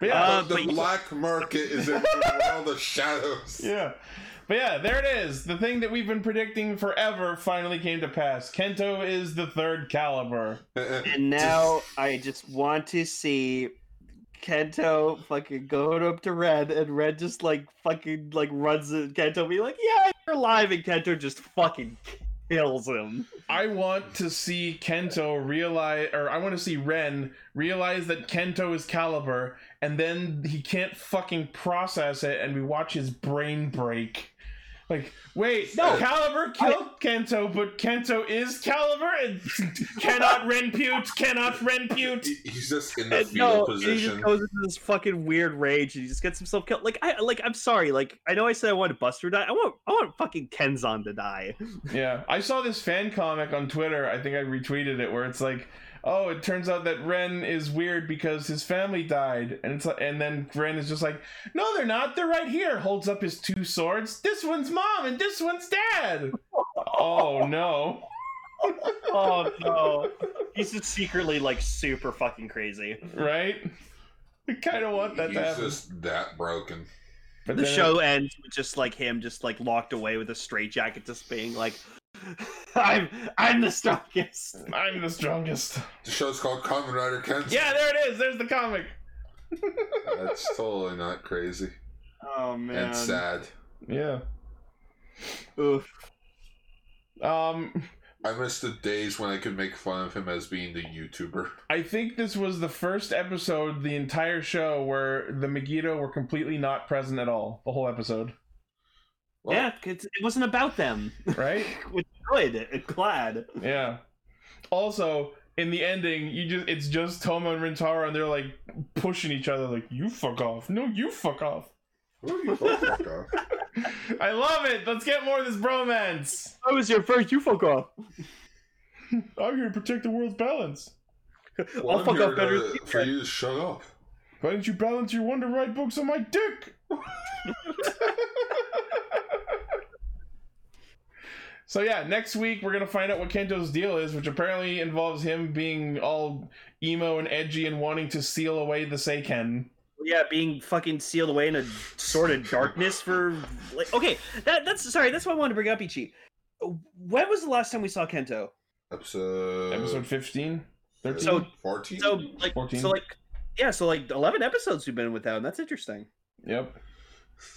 But yeah,
Uh,
the
but you-
black market is in the world of shadows.
yeah. But yeah, there it is. The thing that we've been predicting forever finally came to pass. Kento is the third caliber.
And now I just want to see Kento fucking going up to Red, and Red just like fucking like runs at Kento, be like, "Yeah, you're alive," and Kento just fucking kills him.
I want to see Kento realize, or I want to see Ren realize that Kento is caliber, and then he can't fucking process it, and we watch his brain break. Like, wait,
No.
Caliber killed Kento, but Kento is Caliber and cannot Ren pute, cannot Ren pute.
He- He's just in the
And
fetal
no, and he
position.
just goes into this fucking weird rage, and he just gets himself killed. Like I, like I'm sorry, like I know I said I wanted Buster to die. I want, I want fucking Kenzan to die.
Yeah, I saw this fan comic on Twitter. I think I retweeted it where it's like, "Oh, it turns out that Ren is weird because his family died," and it's like, and then Ren is just like, "No, they're not. They're right here." Holds up his two swords. This one's mom, and this one's dad. oh no!
Oh no, he's just secretly like super fucking crazy.
Right? I kind of want that to
He's
happen.
just that broken.
but
the
then it-
show ends with just like him just like locked away with a straitjacket just being like i'm i'm the strongest
I'm the strongest.
The show's called Common Rider Kento.
Yeah, there it is. There's the comic.
That's totally not crazy
oh man
and sad.
Yeah.
Oof.
Um.
I miss the days when I could make fun of him as being the YouTuber.
I think this was the first episode, the entire show, where the Megiddo were completely not present at all. The whole episode,
Well,
yeah 'cause it wasn't about them
right?
good and glad
yeah. Also, in the ending, you just—it's just Toma and Rintaro, and they're like pushing each other, like "You fuck off! No, you fuck off!"
who you fuck off.
I love it. Let's get more of this bromance.
that was your first you fuck off
I'm here to protect the world's balance.
Well,
i'll
I'm
fuck
here
off better
to-
than you
for
can.
you to shut up.
Why didn't you balance your Wonder Ride books on my dick? so yeah, next week we're gonna find out what Kento's deal is, which apparently involves him being all emo and edgy and wanting to seal away the Seiken.
yeah being fucking sealed away in a sort of darkness for like okay that that's sorry that's what i wanted to bring up ichi when was the last time we saw kento
Episode
Episode 15? 13?
So-
14?
so like
14?
so like yeah so like 11 episodes we've been without and that's interesting
yep,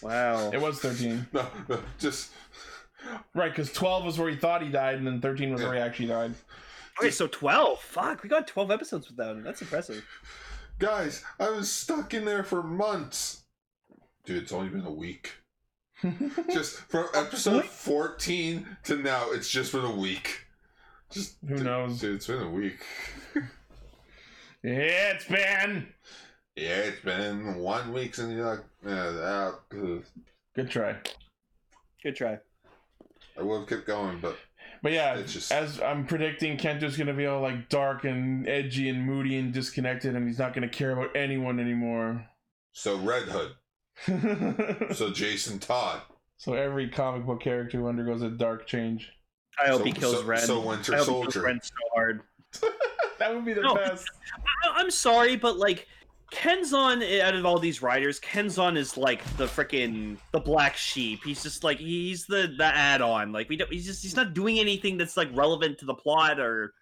wow
it was 13.
no, no, just
Right, because 12 was where he thought he died, and then 13 was where he actually died.
Okay, so twelve. Fuck, we got twelve episodes without him. That's impressive.
guys, I was stuck in there for months. Dude, it's only been a week. just from episode 14 to now, it's just been a week. Just
Who knows?
dude, it's been a week.
Yeah, it's been
Yeah, it's been one week since you're like, yeah, uh,
good try.
Good try.
I would have kept going, but
But yeah,
It's just-
as I'm predicting, Kento's gonna be all like dark and edgy and moody and disconnected, and he's not gonna care about anyone anymore.
so Red Hood,
so
so Jason Todd,
every comic book character undergoes a dark change.
I hope
so,
he kills
so,
Ren.
so
I
Winter
hope he
Soldier.
kills Ren so hard.
That would be the
No.
best.
I- I'm sorry, but like Kenzon, eh, out of all these writers, Kenzon is like the freaking the black sheep. He's just like he's the the add-on. Like we don't. He's just he's not doing anything that's like relevant to the plot or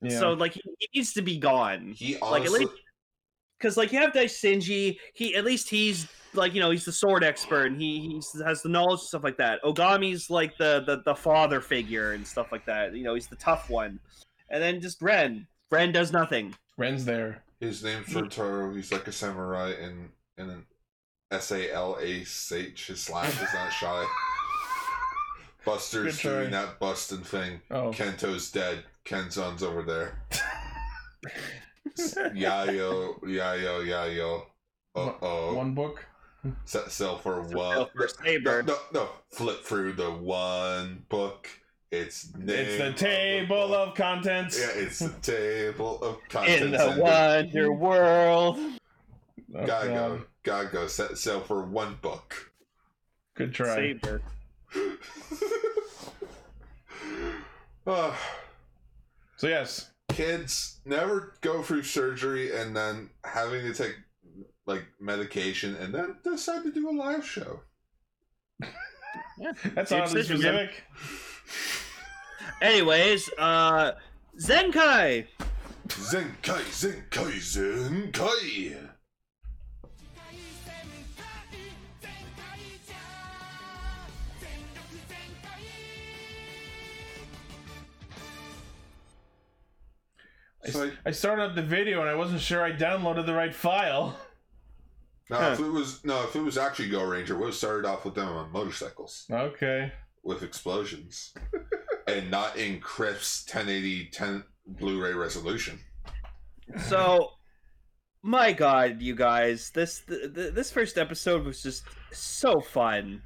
Yeah.
so. Like he, he needs to be gone.
He
Like, at
honestly,
least- Because like you have that Sinji, he at least he's like you know he's the sword expert and he he's, has the knowledge and stuff like that. Ogami's like the, the the father figure and stuff like that. You know he's the tough one, and then just Ren. Ren does nothing.
Ren's there.
his name's Rotaro. He's like a samurai and and an S A L A S H. His slash is not shy. Buster's
Good try.
doing that busting thing.
Oh,
Kento's dead. Kenzon's over there. yayo, yayo, yayo. Uh oh.
one book.
Set sail for
Well,
what?
for
No,
Saber.
no, no. Flip through the one book. It's
It's
name
the
of
table
book.
of contents.
Yeah, it's the table of contents.
in the
and
wonder world.
Oh,
Gotta
God.
go. Gotta go. Set sail for one book.
Good try.
Saber.
Ah,
So yes,
kids never go through surgery and then having to take like medication and then decide to do a live show.
that's
Deep
oddly
decision, man.
specific.
Anyways, uh Zenkai.
Zenkai, Zenkai, Zenkai.
I,
So
I started up the video and I wasn't sure I downloaded the right file.
now, if it was no, if it was actually Go Ranger, would have started off with them on motorcycles
Okay.
with explosions, and not in crisp 1080 10 Blu-ray resolution.
So my god, you guys, this th- th- this first episode was just so fun.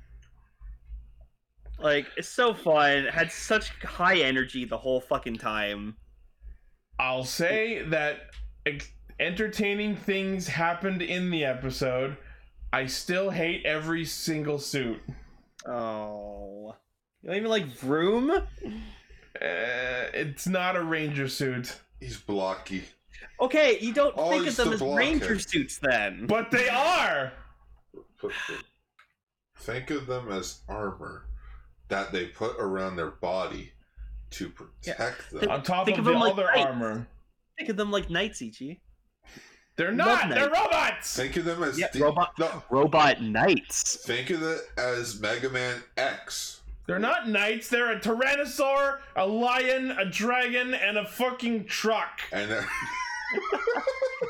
Like it's so fun. It had such high energy the whole fucking time.
I'll say that ex- entertaining things happened in the episode. I still hate every single suit.
Oh. You don't even like Vroom?
Uh, it's not a ranger suit,
He's blocky.
Okay, you don't
Oh,
think of
he's
them
the
as
blockhead.
ranger suits then.
but they are.
put the- think of them as armor that they put around their body to protect them.
On top
Think
of the
of them like
other
knights.
armor,
think of them like knights, Ichi.
they're
Love
not. They're robots.
Think of them as
Yeah,
the-
robot-
No,
Robot knights.
think of it as Mega Man X.
They're not knights. They're a tyrannosaur, a lion, a dragon, and a fucking truck.
And they're-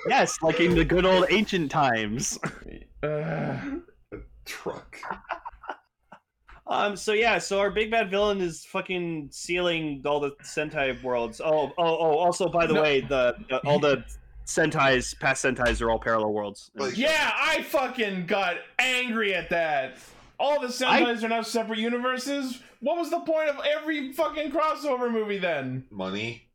Yes, like in the good old ancient times.
Ugh.
truck.
Um. So yeah. So our big bad villain is fucking sealing all the Sentai worlds. Oh. Oh. Oh. Also, by the
No.
way, the, the all the Sentais, past Sentais, are all parallel worlds.
Like,
yeah, I fucking got angry at that. All the Sentais are now separate universes. What was the point of every fucking crossover movie then?
money.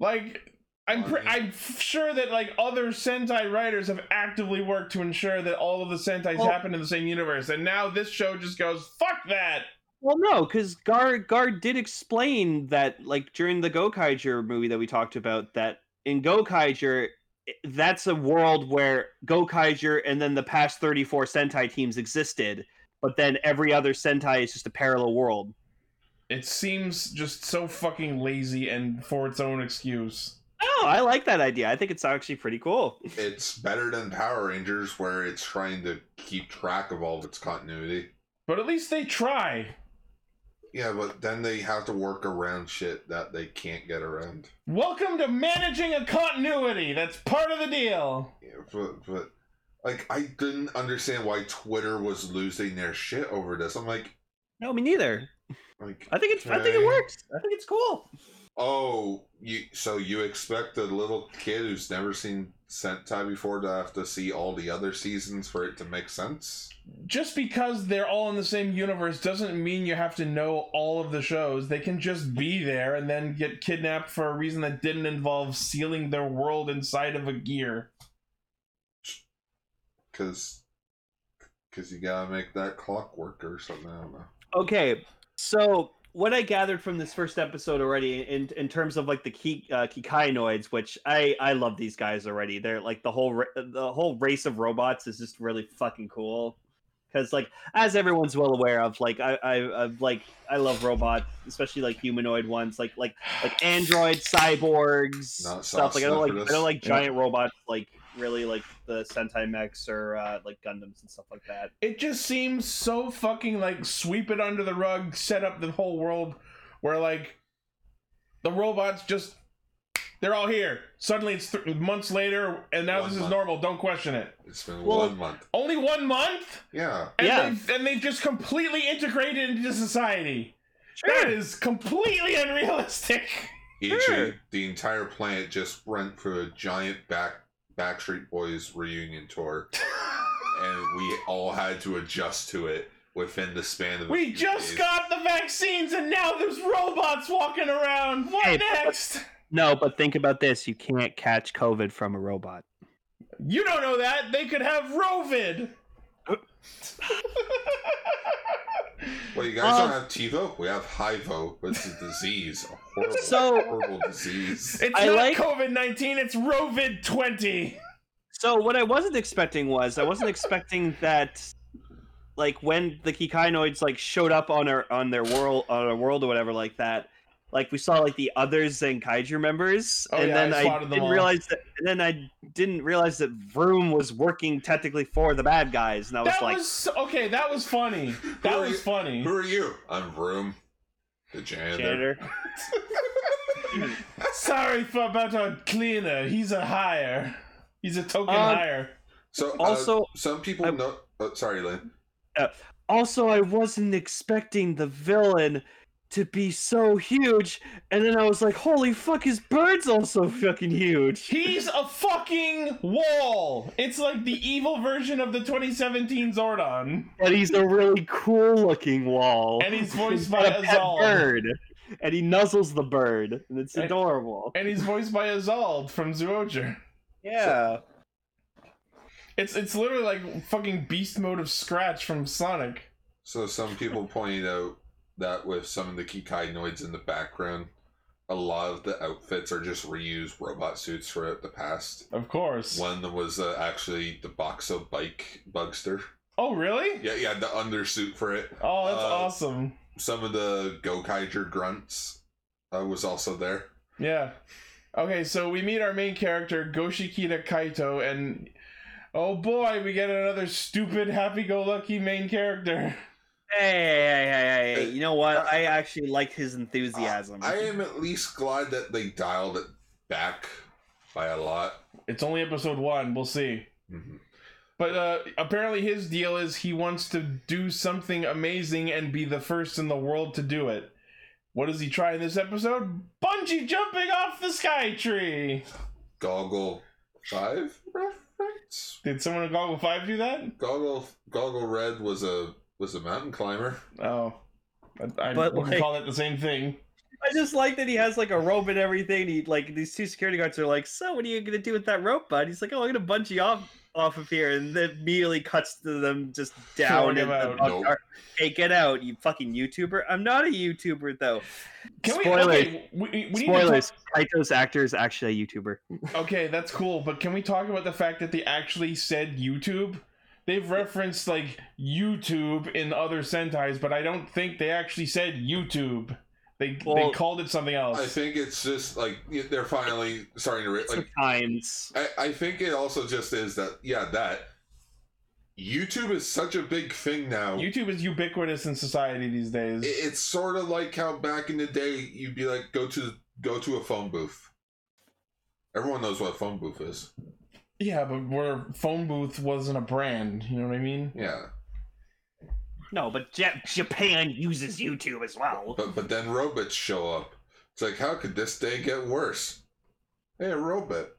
Like, I'm pre-
Funny.
I'm f- sure that like other Sentai writers have actively worked to ensure that all of the Sentais
Well-
happen in the same universe, and now this show just goes fuck that.
Well, no, because Gar Gar did explain that, like during the Gokaiger movie that we talked about, that in Gokaiger, i- that's a world where Gokaiger and then the past thirty-four Sentai teams existed, but then every other Sentai is just a parallel world.
It seems just so fucking lazy and for its own excuse.
Oh, I like that idea. I think it's actually pretty cool.
It's better than Power Rangers, where it's trying to keep track of all of its continuity.
But at least they try.
Yeah, but then they have to work around shit that they can't get around.
Welcome to managing a continuity. That's part of the deal.
Yeah, but, but like I didn't understand why Twitter was losing their shit over this. I'm like,
No, me neither.
Like,
I think it's. I think it
okay.
works. I think it's cool.
Oh, you so you expect a little kid who's never seen Sentai before to have to see all the other seasons for it to make sense?
Just because they're all in the same universe doesn't mean you have to know all of the shows. They can just be there and then get kidnapped for a reason that didn't involve sealing their world inside of a gear.
Because you gotta make that clock work or something. I don't know.
Okay, so what I gathered from this first episode already, in in terms of like the key uh, Kikainoids, which I I love these guys already. They're like the whole ra- the whole race of robots is just really fucking cool. Because like as everyone's well aware of, like I I I've, like I love robots, especially like humanoid ones, like like like androids, cyborgs,
Not
stuff.
sauce
Like I don't
enough
like
for
I
this.
don't like giant robots, like really like the Sentai mechs or uh, like Gundams and stuff like that.
It just seems so fucking like sweep it under the rug, set up the whole world where like the robots just they're all here. Suddenly it's th- months later and now
One
this is
month.
normal. Don't question it.
It's been
Well-
one month.
Only one month?
Yeah.
And
Yeah.
they've and they've just completely integrated into society. That
Sure.
is completely unrealistic.
Ichi,
Sure.
E the entire planet just went for a giant back Backstreet Boys reunion tour, and we all had to adjust to it within the span of. a
We
few
just
days.
got the vaccines and now there's robots walking around. What
Hey, but-
next?
No, but think about this: you can't catch COVID from a robot.
You don't know that. They could have Rovid.
Well, you guys
Um,
don't have TiVo. We have HIVO. It's a disease, a horrible,
So-
horrible disease.
It's
I
not
like-
COVID 19, it's Rovid 20.
So what I wasn't expecting was I wasn't expecting that, like when the Kikainoids like showed up on our on their world on our world or whatever like that. Like we saw like the other Zenkaiju members,
Oh,
and
yeah,
then
I
I,
spotted them
didn't
all.
realize that. And then I didn't realize that Vroom was working technically for the bad guys, and I was
That
like,
was so- okay. That was funny. That
are
was
you-
funny.
Who are you? I'm Vroom, the janitor.
janitor.
Sorry for about our cleaner. He's a hire. He's a token
Um,
hire.
So uh,
Also,
some people
I-
know. Oh, sorry, Lynn.
Also, I wasn't expecting the villain to be so huge, and then I was like, holy fuck, his bird's also fucking huge.
He's a fucking wall. It's like the evil version of the 2017 Zordon,
But he's a really cool looking wall.
and he's voiced by
got a pet
Azal.
bird. And he nuzzles the bird. And it's
And-
adorable.
And he's voiced by Azal from Zoojer.
Yeah.
It's it's literally like fucking beast mode of Scratch from Sonic.
So some people pointed out that with some of the kikainoids in the background, a lot of the outfits are just reused robot suits throughout the past.
Of course.
One that was uh, actually the Boxo Bike Bugster.
Oh really?
Yeah, yeah, the undersuit for it.
Oh, that's
Uh,
awesome.
Some of the Gokaiger grunts uh, was also there.
Yeah. Okay, so we meet our main character, Goshikita Kaito, and oh boy, we get another stupid happy go lucky main character.
Hey, hey, hey, hey, hey. You know what?
Uh,
I actually liked his enthusiasm.
I am at least glad that they dialed it back by a lot.
It's only episode one, we'll see.
Mhm.
But uh, apparently, his deal is he wants to do something amazing and be the first in the world to do it. What does he try in this episode? Bungee jumping off the sky tree!
Goggle five reference.
Did someone in Goggle 5 do that?
Goggle Goggle Red was a was a mountain climber.
Oh. I, I
But,
wouldn't
like-
call it the same thing.
I just like that he has like a rope and everything. and He like these two security guards are like, "So what are you gonna do with that rope, bud?" He's like, "Oh, I'm gonna bungee off off of here," and then immediately cuts to them just
Throwing him
down. in the
out.
bungee
Nope.
cord. Hey, get out, you fucking YouTuber! I'm not a YouTuber though.
Can
Spoilers.
we? Okay, we, we we need to talk-
Spoilers: Kaito's actor is actually a YouTuber.
Okay, that's cool, but can we talk about the fact that they actually said YouTube? They've referenced like YouTube in other Sentai's, but I don't think they actually said YouTube. They
Well-
they called it something
I
else.
think it's just like they're finally starting to re- like
Sometimes,
I, I think it also just is that yeah that YouTube is such a big thing now. It,
YouTube is ubiquitous in society these days.
it's sort of like how back in the day you'd be like go to go to a phone booth. Everyone knows what a phone booth is.
yeah, but where phone booth wasn't a brand, you know what I mean?
Yeah.
No, but ja- Japan uses YouTube as well.
But but then robots show up. It's like, how could this day get worse? Hey, a robot.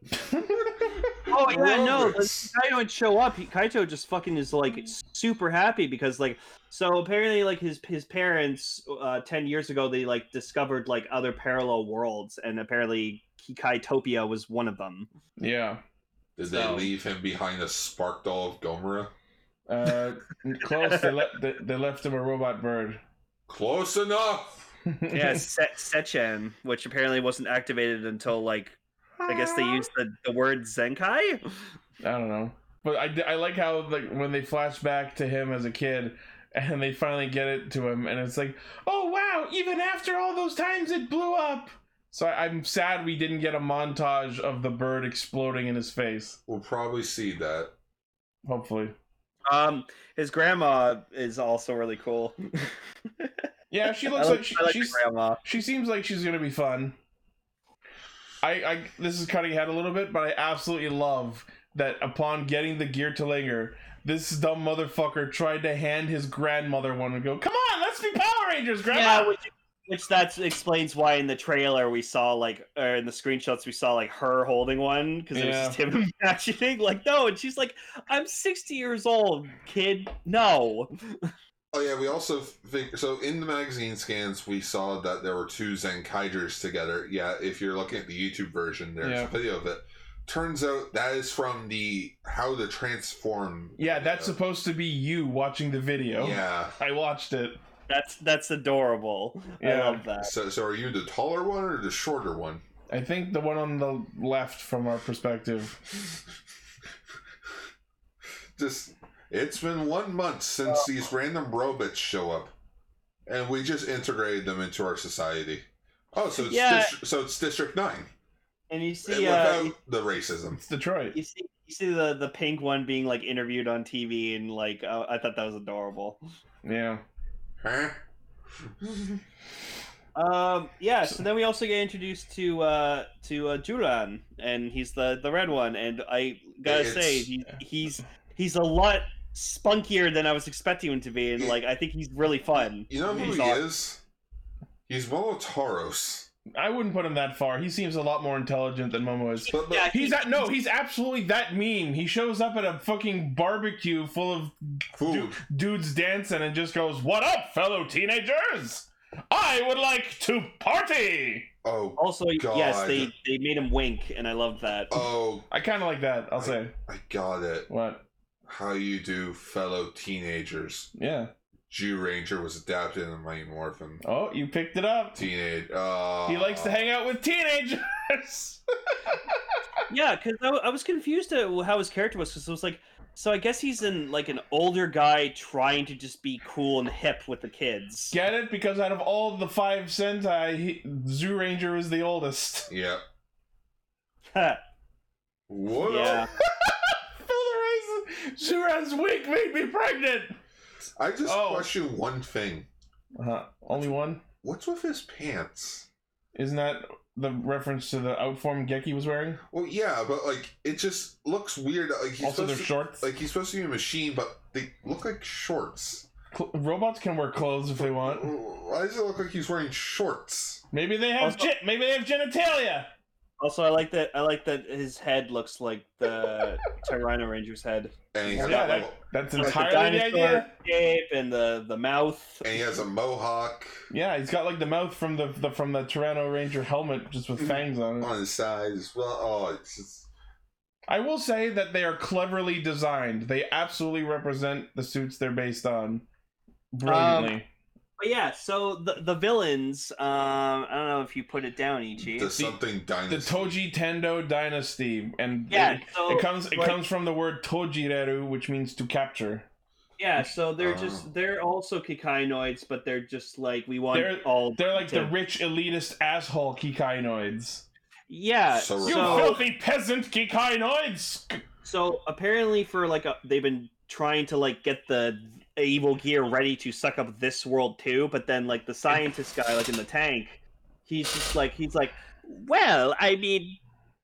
Oh yeah, no, but
Robots.
Kaito would show up. He, Kaito just fucking is like super happy because like so apparently like his his parents uh, ten years ago they like discovered like other parallel worlds and apparently Kikaitopia was one of them.
Yeah.
Did
So-
they leave him behind a spark doll of Gomera?
Uh, close. They, le- they, they left him a robot bird.
Close enough.
Yeah, Se- Sechan, which apparently wasn't activated until like I guess they used the, the word Zenkai.
I don't know. But I, d- I like how like when they flash back to him as a kid and they finally get it to him and it's like, "Oh wow, even after all those times it blew up." So I, I'm sad we didn't get a montage of the bird exploding in his face.
We'll probably see that.
Hopefully.
Um, his grandma is also really cool.
Yeah, she
I
looks
like-
like, she,
I like the
she's
grandma.
she seems like she's going to be fun. I I this is cutting ahead a little bit, but I absolutely love that upon getting the gear to linger, this dumb motherfucker tried to hand his grandmother one and go, "Come on, let's be Power Rangers, grandma."
Yeah, which, which that explains why in the trailer we saw like, or in the screenshots we saw like her holding one because it was
Yeah.
just him imagining like no, and she's like, I'm 60 years old, kid. No,
Oh yeah, we also think so. In the magazine scans, we saw that there were two Zenkaijers together. Yeah, if you're looking at the YouTube version, there's
Yeah.
a video of it. Turns out that is from the how to transform.
Yeah, that's
video.
supposed to be you watching the video.
yeah.
I watched it.
that's that's adorable. I
Yeah.
love that.
So, so are you the taller one or the shorter one?
I think the one on the left from our perspective.
Just it's been one month since these random robots show up, and we just integrated them into our society. Oh, so it's
Yeah.
dist- so it's District Nine
And you see, uh,
without
you,
the racism.
It's Detroit.
you see, you see the the pink one being like interviewed on TV, and like uh, I thought that was adorable.
Yeah.
Huh?
Um, yeah. So then we also get introduced to uh to uh, Juran, and he's the the red one. And I gotta
It's-
say, he, he's he's a lot spunkier than I was expecting him to be, and like I think he's really fun.
You know who
He's
he
aw-
is? He's Molotaros.
I wouldn't put him that far. He seems a lot more intelligent than Momo is.
But, but
Yeah,
He's at no, he's absolutely that mean. He shows up at a fucking barbecue full of
food.
dudes dancing and just goes, "What up, fellow teenagers? I would like to party."
Oh,
Also, yes,
God.
they they made him wink, and I love that.
oh,
I kind of like that. I'll say
I got it.
what?
How you do, fellow teenagers.
Yeah.
Jew Ranger was adapted in Mighty Morphin.
Oh, you picked it up.
Teenage. Uh,
He likes to hang out with teenagers.
Yeah, because I, I was confused at how his character was, because it was like, so I guess he's in like an older guy trying to just be cool and hip with the kids.
Get it? Because out of all the five Sentai, he, Zoo Ranger is the oldest.
Yeah.
Yeah.
What?
yeah.
For the reason Zuran's wink made me pregnant.
I just
Oh.
question one thing.
Uh, only one.
What's with his pants?
Isn't that the reference to the outform Geki was wearing?
Well, yeah, but like it just looks weird. Like he's
also,
supposed
their
to,
shorts.
like he's supposed to be a machine, but they look like shorts.
Cl- robots can wear clothes if they
Oh.
want.
Why does it look like he's wearing shorts?
Maybe they have
Also-
gen- maybe they have genitalia.
Also, I like that. I like that his head looks like the Tyranno Ranger's head.
And he
Yeah,
has, a,
like- That's
Like the
entirely the
dinosaur
idea.
shape and the the mouth.
and he has a mohawk
Yeah, he's got like the mouth from the, the from the Tyranno Ranger helmet, just
Mm.
with fangs on it.
on his side as well. Oh, it's just
I will say that they are cleverly designed. They absolutely represent the suits they're based on. Brilliantly.
Um, But yeah, so the the villains. Um, I don't know if you put it down, E Ichi.
the something
the
dynasty.
Toji Tendo Dynasty, and
yeah,
it,
so
it comes it
like-
comes from the word Tojireru, which means to capture.
yeah, so they're
Uh.
Oh.
just they're also kikainoids, but they're just like we want
They're-
all.
They're like the
to-
rich elitist asshole Kikainoids.
yeah.
So-
So
You
so,
filthy peasant Kikainoids!
apparently for like a, they've been trying to like get the evil gear ready to suck up this world too, but then like the scientist guy like in the tank, he's just like he's like, well, I mean,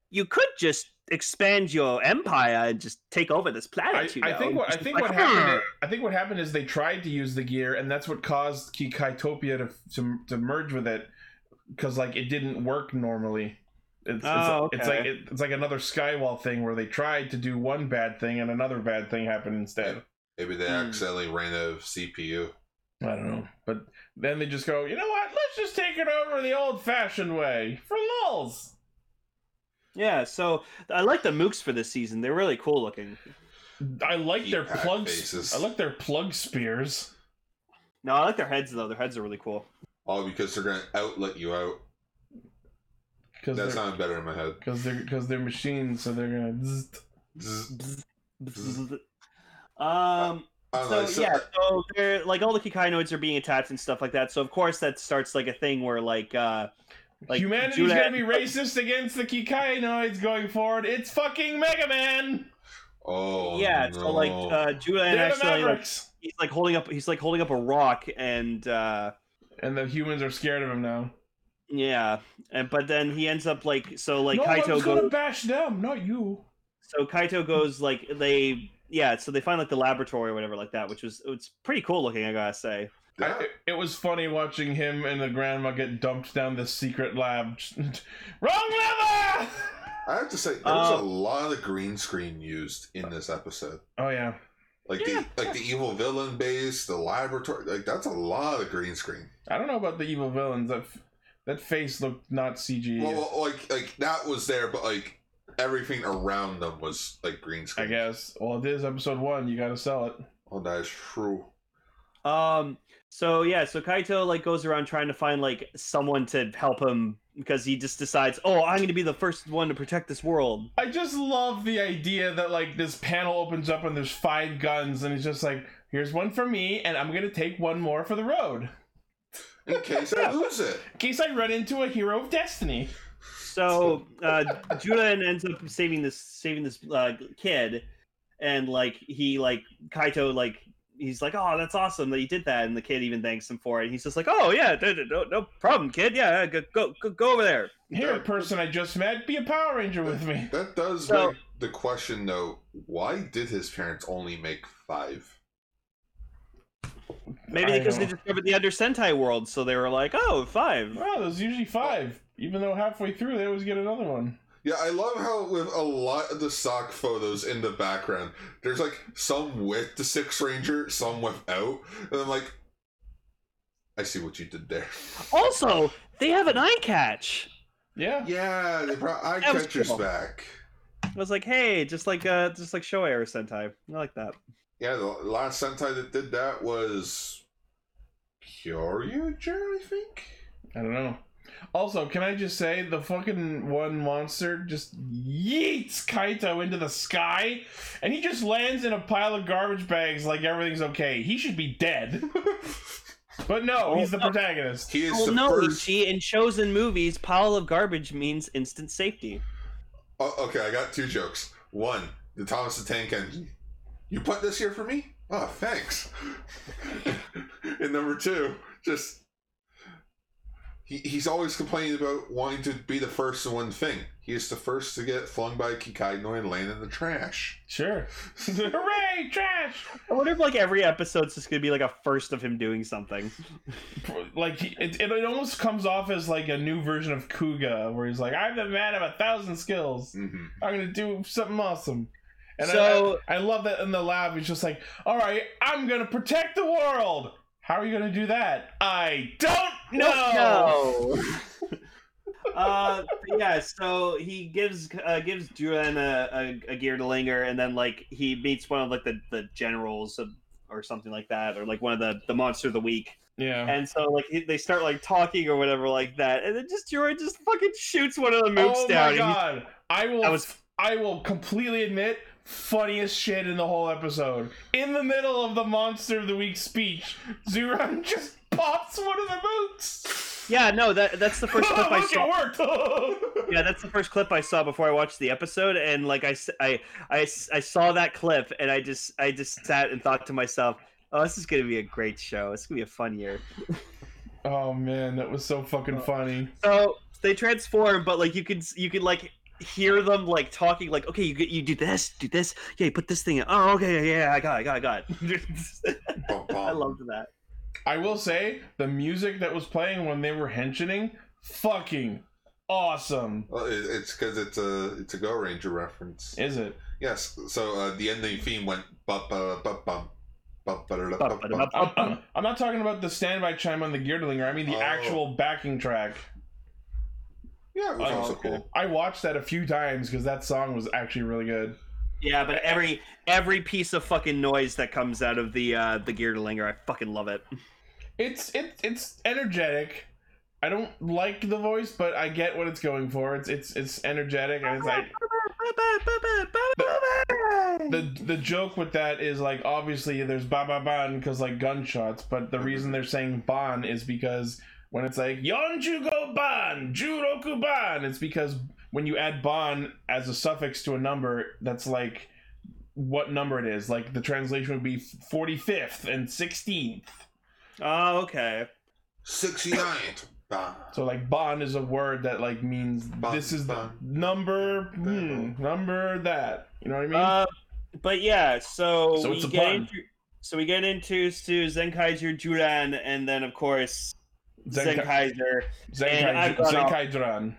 you could just expand your empire and just take over this
I,
planet. you
I
know?
think what I
Just
think
like,
what happened I think what happened is they tried to use the gear and that's what caused Kikaitopia to to, to merge with it because like it didn't work normally. It's,
Oh,
it's,
okay.
it's like it, it's like another Skywall thing where they tried to do one bad thing and another bad thing happened instead.
Maybe they
Hmm.
accidentally ran out of CPU.
I don't know, but then they just go, you know what? Let's just take it over the old-fashioned way for lulz.
Yeah, so I like the mooks for this season. They're really cool looking.
I like their
Keypad
plugs.
faces.
I like their plug spears.
No, I like their heads though. Their heads are really cool.
All because they're gonna outlet you out.
Because
That
they're
sounded better in my head.
because they're because they're machines, so they're gonna. Zzzt.
Zzz.
Um.
I don't know, it's-
So yeah, so they're like all the kikainoids are being attacked and stuff like that. So of course that starts like a thing where like uh like
Humanity's
Judah-
gonna be racist against the Kikainoids going forward. It's fucking Mega Man.
Oh
yeah,
no.
so like uh Judah and
They're the
actually like
Mavericks,
he's like holding up he's like holding up a rock and uh
and the humans are scared of him now.
yeah. And but then he ends up like so like
no
Kaito
one's gonna
goes
bash them, not you.
so Kaito goes like they yeah, so they find like the laboratory or whatever like that, which was it's pretty cool looking, I gotta say.
I-
Yeah.
it, it was funny watching him and the grandma get dumped down this secret lab. Wrong lever.
I have to say there was a
Uh,
lot of green screen used in this episode.
Oh yeah.
Like
Yeah.
the like the evil villain base, the laboratory, like that's a lot of green screen.
I don't know about the evil villains. That f- that face looked not CG.
Well, well, like like that was there, but like everything around them was like green
I
screen.
guess. Well, it is episode one. You gotta sell it.
Oh, that is true.
Um. So yeah. So Kaito like goes around trying to find like someone to help him because he just decides, oh, I'm going to be the first one to protect this world.
I just love the idea that like this panel opens up and there's five guns and it's just like, here's one for me and I'm gonna take one more for the road
In case I lose it,
in case I run into a hero of destiny.
So uh, Judah ends up saving this saving this uh, kid, and like he like Kaito like he's like, oh, that's awesome that you did that, and the kid even thanks him for it. he's just like, oh yeah, no, no, no problem, kid. Yeah, yeah, go go go, go over there.
Here, person I just met, be a Power Ranger with me.
that does
So-
beg the question though: Why did his parents only make five?
Maybe
I
because they
know.
discovered the Under Sentai world, so they were like, oh, five.
Wow, there's usually five. Even though halfway through they always get another one.
Yeah, I love how with a lot of the sock photos in the background, there's like some with the Six Ranger, some without, and I'm like, I see what you did there.
Oh! Also, they have an eye catch.
Yeah.
Yeah, they brought eye
That was
catchers
cool.
back.
I was like, hey, just like uh just like Showa or Sentai. I like that.
Yeah, the last Sentai that did that was Kyoryuger, I think.
I don't know. Also, can I just say the fucking one monster just yeets Kaito into the sky and he just lands in a pile of garbage bags like everything's okay. He should be dead. but no, he's the protagonist.
He is
Well
the
Oh, no,
first.
Ichi, in shows and movies, pile of garbage means instant safety.
Oh, okay, I got two jokes. One, the Thomas the Tank Engine. You put this here for me? Oh, thanks. and number two, just he, he's always complaining about wanting to be the first in one thing. He is the first to get flung by a Kikaidnoi and land in the trash.
Sure. Hooray, trash!
I wonder if like every episode's just gonna be like a first of him doing something.
Like, he- it, it, it almost comes off as like a new version of Kuga where he's like, I'm the man of a thousand skills.
Mm-hmm.
I'm gonna do something awesome. And I-
So-
I, I love that in the lab. He's just like, all right, I'm gonna protect the world. How are you gonna do that? I don't know.
uh, but yeah, so he gives uh, gives Duran a, a, a gear to linger, and then like he meets one of like the, the generals of, or something like that, or like one of the the monster of the week,
Yeah.
and so like he- they start like talking or whatever like that, and then just Duran just fucking shoots one of the mooks
oh
down.
my
and he's-
god! I will.
That was-
I will completely admit, funniest shit in the whole episode. In the middle of the monster of the week speech, Zuron just pops one of the boots.
Yeah, no, that that's the first clip I
Look,
saw.
it worked.
Yeah, that's the first clip I saw before I watched the episode, and like I, s- I- I s- I saw that clip, and I just I just sat and thought to myself, oh, this is gonna be a great show. It's gonna be a fun year.
oh man, that was so fucking funny.
So they transform, but like you could you could like hear them like talking, like, okay, you get you do this, do this, yeah, you put this thing. In. Oh, okay, yeah, yeah, I got, it, I got, it, I got. it."
Bum, bum.
I loved that.
I will say the music that was playing when they were henching, fucking awesome.
Well, it, it's because it's a it's a Go Ranger reference.
Is it?
Yes. So uh, the ending theme went bum ba bum bum bum ba-da-da, bum bum.
I'm, I'm- I'm not talking about the standby chime on the Geardlinger. I mean the
Uh, Oh.
actual backing track.
Yeah, it was
Oh,
also
okay.
cool.
I watched that a few times because that song was actually really good.
Yeah, but every every piece of fucking noise that comes out of the uh the Geardlinger, I fucking love it.
It's it, it's energetic. I don't like the voice, but I get what it's going for. It's it's it's energetic and it's like the the joke with that is like obviously there's ba ba ban because like gunshots, but the reason they're saying ban is because when it's like yonjugo ban, juroku ban, it's because when you add ban as a suffix to a number, that's like what number it is. Like the translation would be forty fifth and sixteenth.
Oh, okay.
Sixty nine. Bum.
So like bond is a word that like means
Bond,
this is the
bond.
number hmm, number that. You know what I mean?
Uh, but yeah, so,
So
we
it's a
get
pun.
into so we get into to Zenkaiser Juran, and then of course
Zenkai-
Zenkaiser. and
Zenkai,
I've gone off-
Zenkai Duran.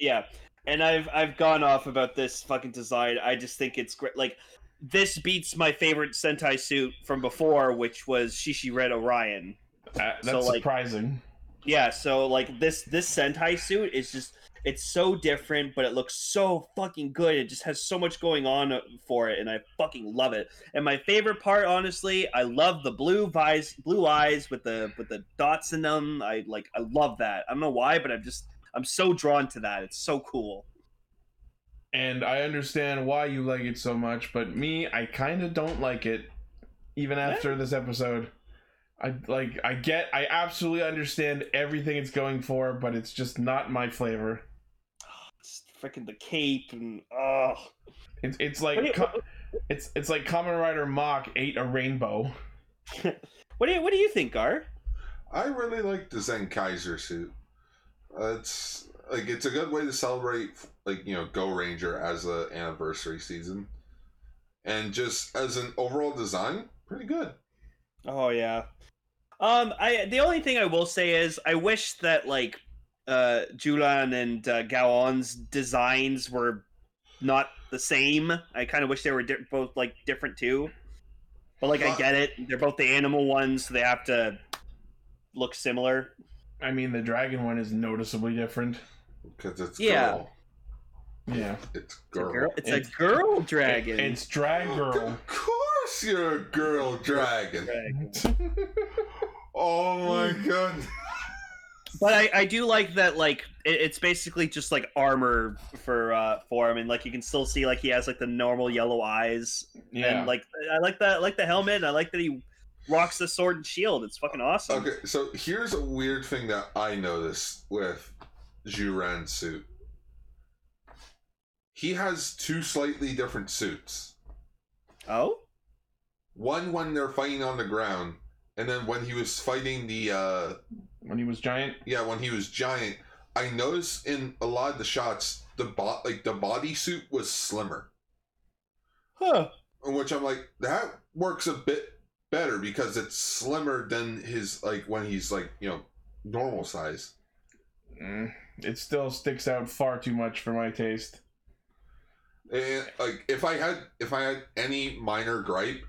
Yeah, and I've I've gone off about this fucking design. I just think it's great. Like this beats my favorite Sentai suit from before, which was Shishi Red Orion.
Uh, that's
So, like-
surprising.
Yeah, so like this this Sentai suit is just it's so different, but it looks so fucking good. It just has so much going on uh, for it, and I fucking love it. And my favorite part, honestly, I love the blue eyes, blue eyes with the with the dots in them. I like I love that. I don't know why, but I'm just I'm so drawn to that. It's so cool.
And I understand why you like it so much, but me, I kind of don't like it. Even after this episode, I like. I get. I absolutely understand everything it's going for, but it's just not my flavor.
It's freaking the cape and oh
It's it's like
Wait,
co- it's it's like Common Rider Mach ate a rainbow.
what do you what do you think gar
I really like the Zen Kaiser suit. Uh, it's like it's a good way to celebrate like you know Go Ranger as a anniversary season, and just as an overall design, pretty good.
oh yeah um i the only thing i will say is i wish that like uh julan and uh, gaon's designs were not the same i kind of wish they were di- both like different too but like i
Fuck.
get it they're both the animal ones so they have to look similar
I mean, the dragon one is noticeably different.
Because it's
Yeah.
girl.
Yeah.
It's
it's a
girl.
girl it's,
It's-
a girl dragon
It's Drag Girl.
Of course you're a girl dragon.
Dragon.
Oh my god.
But I, I do like that like it, it's basically just like armor for uh for him and like you can still see like he has like the normal yellow eyes
yeah.
and like I like that I like the helmet and I like that he rocks the sword and shield it's fucking awesome
Okay, so here's a weird thing that I noticed with Juran's suit. He has two slightly different suits.
oh
One when they're fighting on the ground, and then when he was fighting the uh
when he was giant.
yeah, when he was giant, I noticed in a lot of the shots the bot like the bodysuit was slimmer.
huh
in which I'm like, that works a bit better because it's slimmer than his like when he's like you know normal size.
Mm, it still sticks out far too much for my taste.
And like if I had if I had any minor gripe,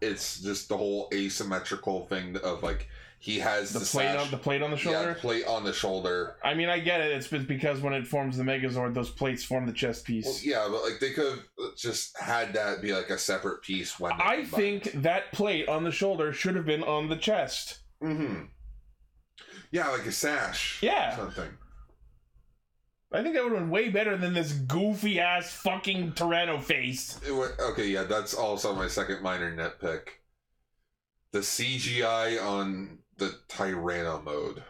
it's just the whole asymmetrical thing of like he has
The,
the,
plate
sash-
on the plate on the
yeah,
shoulder.
plate on the shoulder.
I mean, I get it. It's be- because when it forms the Megazord, those plates form the chest piece.
Well, yeah, but like they could have just had that be like a separate piece when
I think that plate on the shoulder should have been on the chest.
hmm Yeah, like a sash.
Yeah.
Something.
I think that would have been way better than this goofy ass fucking Tyranno face.
It wa- okay, yeah, that's also my second minor nitpick. The CGI on the Tyranno mode.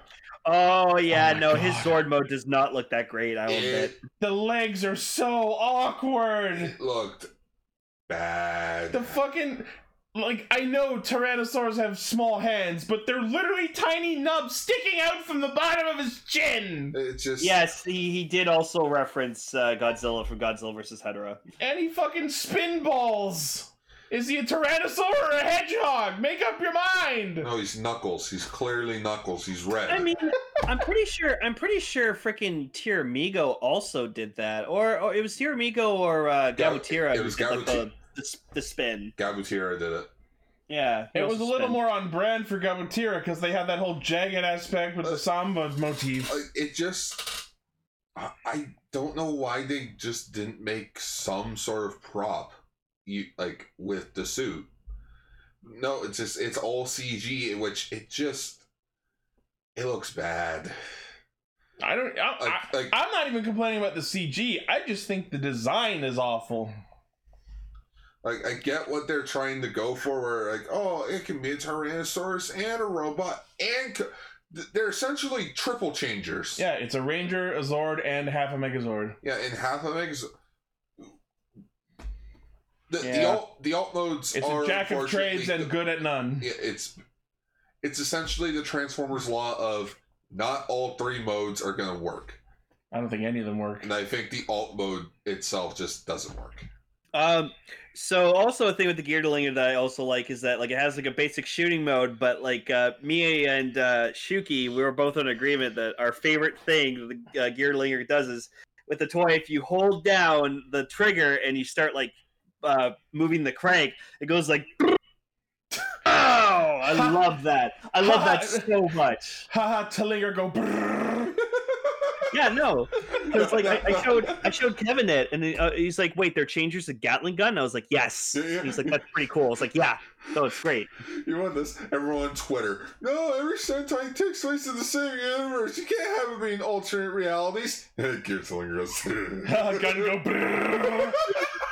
oh yeah
Oh my
no his
God.
sword mode does not look that great I will admit
It
The legs are so awkward.
looked bad.
The fucking like I know tyrannosaurs have small hands, but they're literally tiny nubs sticking out from the bottom of his chin.
It's just
Yes, he, he did also reference uh, Godzilla from Godzilla versus Hedorah.
And he fucking spin balls. Is he a tyrannosaur or a hedgehog? Make up your mind.
No, he's Knuckles. He's clearly Knuckles. He's red.
I mean, I'm pretty sure I'm pretty sure freaking Tiramigo also did that, or or it was Tiramigo or uh,
Gabu-
Gabutira.
it
who
was
did, like,
Gabuti-
the, the s- the spin.
Gabutira did it.
Yeah, he
It
also
was a little
spin.
more on brand for Gabatira because they had that whole jagged aspect with the samba motif.
Uh, It just. I, I don't know why they just didn't make some sort of prop, you like with the suit. No, it's just it's all CG, which it just it looks bad.
I don't. I, I,
Like, like
I'm not even complaining about the CG. I just think the design is awful.
Like I get what they're trying to go for, where like, oh, it can be a Tyrannosaurus and a robot, and c- th- they're essentially triple changers.
Yeah, it's a ranger, a zord, and half a megazord.
yeah, and half of it is. The, the
Yeah.
alt the alt modes
It's
are
a jack of
unfortunately
trades and
the-
good at none.
yeah, it's it's essentially the Transformers law of not all three modes are going to work,
I don't think any of them work.
and I think the alt mode itself just doesn't work.
Um, so also a thing with the Gearlinger that I also like is that like it has like a basic shooting mode, but like uh, me and uh, Shuki, we were both in agreement that our favorite thing that the uh, Gearlinger does is with the toy. If you hold down the trigger and you start like uh, moving the crank, it goes like. Oh, I love that! I love that so much.
Haha, Tillinger go. brrrr.
Yeah, no, because like I, I showed I showed Kevin it, and he- uh, he's like, "Wait, they're changers to Gatling gun." And I was like, "Yes."
Yeah, yeah.
He's like, "That's pretty cool." I was like, "Yeah, no, it's great."
You want this? Everyone on Twitter. No, every Sentai takes place in the same universe. You can't have it be in alternate realities. Gearslinger goes.
Haha, Gun go.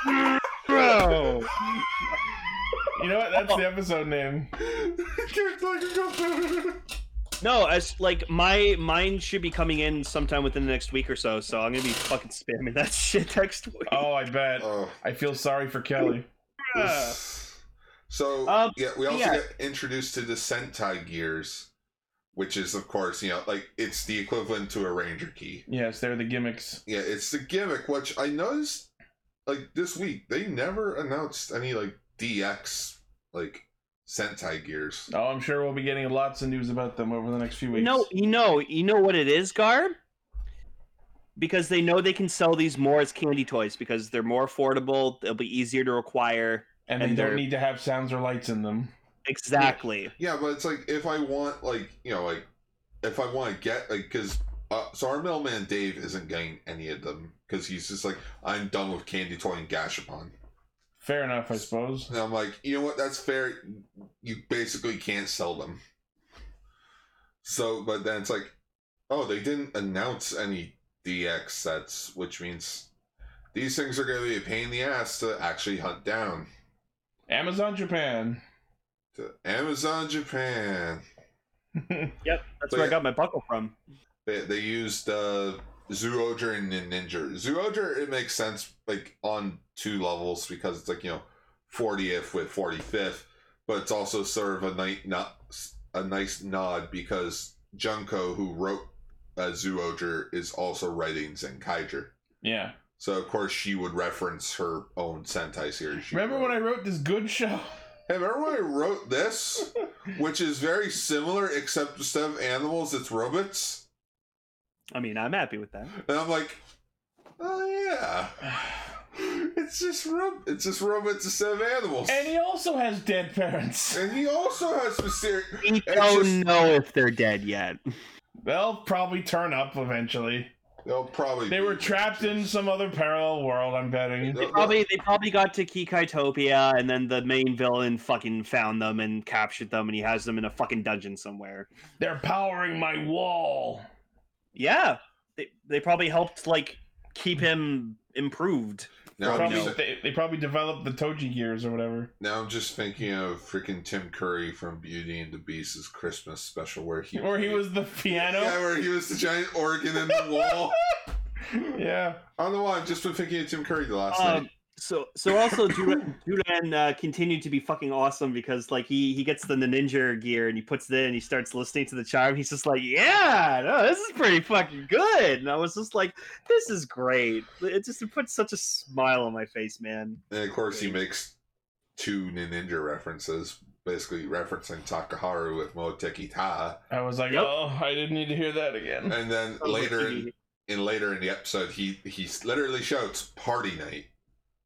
brrrr.
Bro,
You know what? That's the episode name.
Gearslinger goes.
no, as like my mine should be coming in sometime within the next week or so. So I'm gonna be fucking spamming that shit next week.
Oh, I bet.
oh.
I feel sorry for Kelly.
So
Um,
yeah, we also
yeah.
get introduced to the Sentai gears, which is of course you know like it's the equivalent to a Ranger key.
Yes, they're the gimmicks.
Yeah, it's the gimmick which I noticed like this week they never announced any like DX like Sentai gears.
Oh, I'm sure we'll be getting lots of news about them over the next few weeks.
No, you know, you know what it is, Gar. Because they know they can sell these more as candy toys because they're more affordable. They'll be easier to acquire.
and they
and
don't
they're-
need to have sounds or lights in them.
Exactly.
Yeah, but it's like if I want like you know like if I want to get like because uh, so our mailman Dave isn't getting any of them because he's just like I'm done with Candy Toy and Gashapon.
Fair enough, I suppose.
And I'm like, you know what? That's fair. You basically can't sell them. So, but then it's like, oh, they didn't announce any DX sets, which means these things are going to be a pain in the ass to actually hunt down.
Amazon Japan.
To Amazon Japan,
Yep, that's
But
where
yeah.
I got my buckle from.
they, they used uh, Zoodra and Ninja. Zoodra, it makes sense like on two levels because it's like you know, 40th with 45th, but it's also sort of a night not a nice nod because Junko, who wrote uh, Zoodra, is also writing Zenkaiger.
Yeah.
So of course she would reference her own Sentai series. she
Remember
wrote.
when I wrote this good show?
Hey, remember when I wrote this, which is very similar except instead of animals, it's robots.
I mean, I'm happy with that.
And I'm like, oh yeah, it's just rob- it's just robots instead of animals.
And he also has dead parents.
And he also has mysterious.
We
It's
don't
just-
know if they're dead yet.
They'll probably turn up eventually.
They'll probably
They
be
were trapped in some other parallel world, I'm betting.
They'll-
They probably they probably got to Kikaitopia and then the main villain fucking found them and captured them and he has them in a fucking dungeon somewhere.
They're powering my wall.
Yeah. They they probably helped like keep him improved.
Now I'm,
probably,
just,
they, they probably developed the Toji gears or whatever.
now I'm just thinking of freaking Tim Curry from Beauty and the Beast's Christmas special, where he
Or he
played-
was the piano.
yeah, where he was the giant organ in the wall.
Yeah.
I don't know why I've just been thinking of Tim Curry the last
Um,
night.
So so also Juren, Juren uh, continued to be fucking awesome because like he he gets the ninja gear and he puts it in and he starts listening to the charm. He's just like, yeah, no, this is pretty fucking good. And I was just like, this is great. It just put such a smile on my face, man.
And of course, he makes two ninja references, basically referencing Takaharu with Moteki Ta.
I was like,
Yep.
oh, I didn't need to hear that again.
And then
Oh,
later, in,
he-
in later in the episode, he he literally shouts "Party Night,"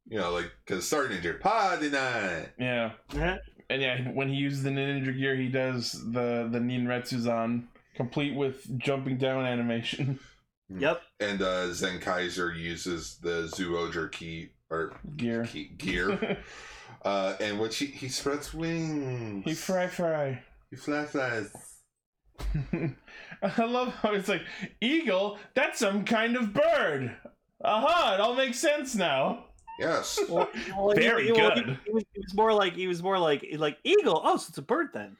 you know, like because Star Ninja Party Night.
Yeah,
Uh-huh.
and yeah, when he uses the ninja gear, he does the the ninretsuzan, complete with jumping down animation.
Yep.
And uh, Zen Kaiser uses the Zoojer key or
gear.
key, gear, uh, and which he, he spreads wings.
he fry fry.
He fly flies.
I love how it's like eagle. That's some kind of bird. Aha! it all makes sense now.
Yes.
Well, well, he-
Very
he- well, he-
good.
He, was, he was more like he was more like like eagle. Oh, so it's a bird then.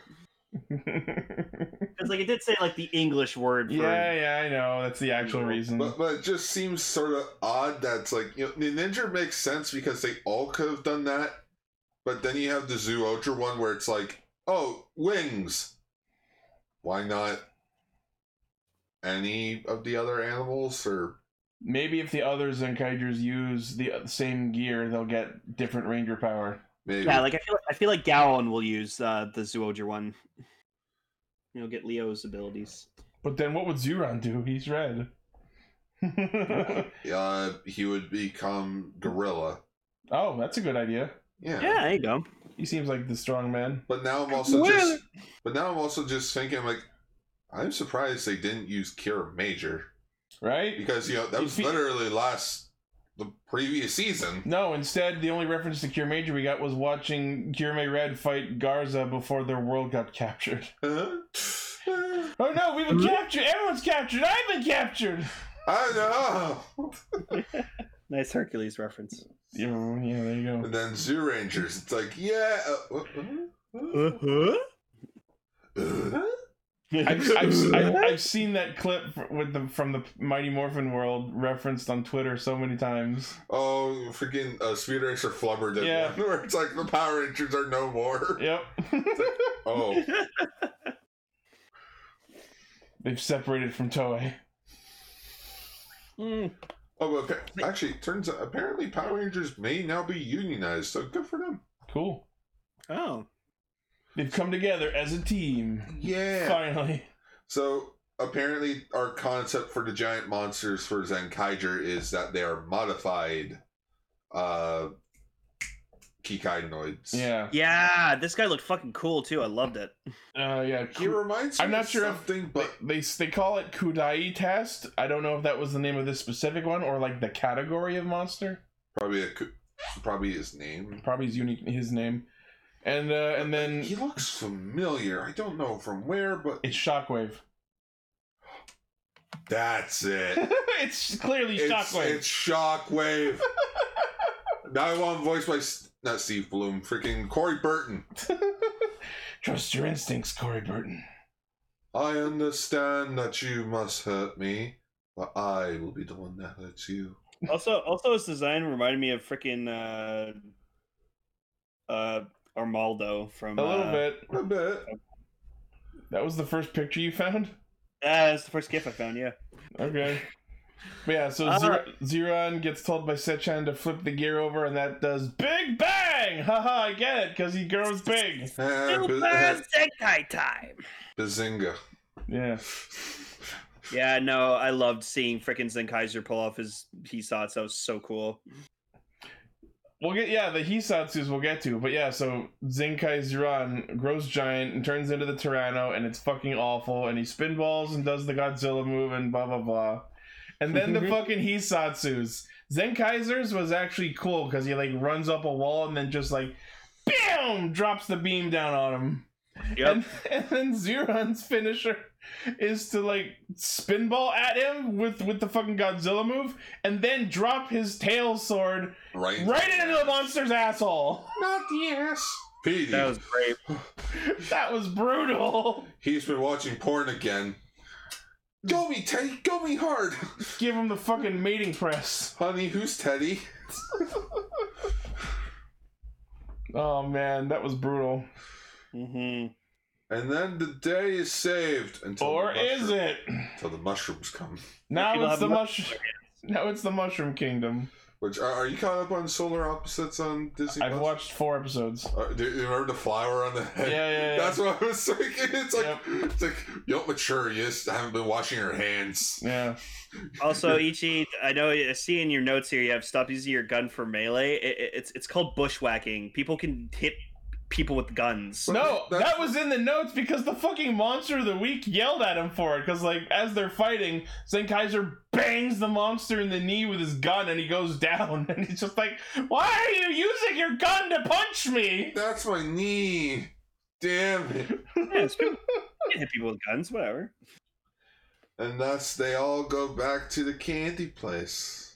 Because like it did say like the English word. For,
yeah, yeah, I know. That's the actual reason.
But, but it just seems sort of odd that's like, you know, the Ninja makes sense because they all could have done that. But then you have the Zoo Ultra one where it's like, oh, wings. Why not any of the other animals? Or
Maybe if the other Zenkaijers use the uh, same gear, they'll get different ranger power.
maybe.
Yeah, like I feel I feel like Gaon will use uh, the Zoojer one. You'll get Leo's abilities.
But then what would Zuron do? He's red.
uh, he would become Gorilla.
oh, that's a good idea.
Yeah.
Yeah, there you go.
He seems like the strong man.
But now I'm also
Well-
just. But now I'm also just thinking like, I'm surprised they didn't use Kira Major
Right?
because you know that was
If he-
literally last the previous season.
No, instead, the only reference to Cure Major we got was watching Kirame Red fight Garza before their world got captured.
Huh?
Oh no, we've been captured! Everyone's captured! I've been captured!
I know.
Nice Hercules reference.
Yeah, yeah there you go.
And then Zoo Rangers, it's like, yeah. uh, uh,
Uh-huh.
uh, uh,
I've, I've, I've, I've seen that clip fr- with the, from the Mighty Morphin World referenced on Twitter so many times.
oh, freaking uh, Speed Racer Flubber did
Yeah.
one where it's like the Power Rangers are no more.
Yep.
Oh,
They've separated from Toei.
Hmm.
oh, but appa- actually, it turns out apparently Power Rangers may now be unionized, so good for them.
Cool.
Oh.
They've come together as a team.
Yeah.
Finally.
So apparently, our concept for the giant monsters for Zenkaiger is that they are modified uh, Kikainoids.
Yeah.
Yeah, this guy looked fucking cool too. I loved it.
Uh, yeah.
He reminds me
I'm not
of
sure if-
something, but
They they call it Kudai test. I don't know if that was the name of this specific one or like the category of monster.
probably a, co- probably his name.
Probably his unique his name, and uh, and then
He looks familiar. I don't know from where, but
it's Shockwave.
that's it.
it's clearly
It's,
Shockwave.
it's Shockwave. now I want voiced by S- not Steve Bloom, freaking Corey Burton.
Trust your instincts, Corey Burton.
I understand that you must hurt me, but I will be the one that hurts you.
Also, also his design reminded me of freaking uh, uh, Armaldo from
A little
uh,
bit.
A bit.
That was the first picture you found.
Yeah, that's Uh, the first gif I found. Yeah.
Okay. But yeah, so
Uh,
Zer- Zeron gets told by Sechan to flip the gear over, and that does big bang. Haha, I get it because he grows big.
Ah, b-
Super Sentai time.
Bazinga.
Yeah.
Yeah, no, I loved seeing freaking Zenkaiser pull off his he saw it. That was so cool.
We'll get yeah, the Hisatsus we'll get to, but yeah, so Zenkai Zeron grows giant and turns into the Tyranno and it's fucking awful and he spinballs and does the Godzilla move and blah blah blah. And then the fucking Hisatsus. Zenkaiser's was actually cool because he like runs up a wall and then just like BAM drops the beam down on him.
Yep.
And, and then Zeron's finisher is to like spinball at him with with the fucking Godzilla move and then drop his tail sword
Right.
right into the monster's asshole.
Not the ass. Petey.
that was great.
That was brutal.
He's been watching porn again. Go me, Teddy. Go me hard.
Give him the fucking mating press.
Honey, who's Teddy?
Oh man, that was brutal.
Mm-hmm.
And then the day is saved until
Or
the mushroom-
is it?
until the mushrooms come.
Now
People
it's
have
the
mu-
mush. Now it's the Mushroom Kingdom.
Which are, are you caught up on Solar Opposites on Disney?
I've
Plus?
watched four episodes.
Uh, do you remember the flower on the head?
Yeah, yeah, yeah.
That's what I was thinking. It's like
Yep.
it's like you don't mature. You just haven't been washing your hands.
Yeah.
Also, Ichi, I know I see in your notes here you have stop using your gun for melee. It, it- it's it's called bushwhacking. People can hit people with guns.
No,
That's-
that was in the notes because the fucking monster of the week yelled at him for it. Because like as they're fighting, Zen Kaiser bangs the monster in the knee with his gun, and he goes down. And he's just like, "Why are you using your gun to punch me?"
That's my knee. Damn it.
Yeah, it's people- you can hit people with guns, whatever.
And thus they all go back to the candy place.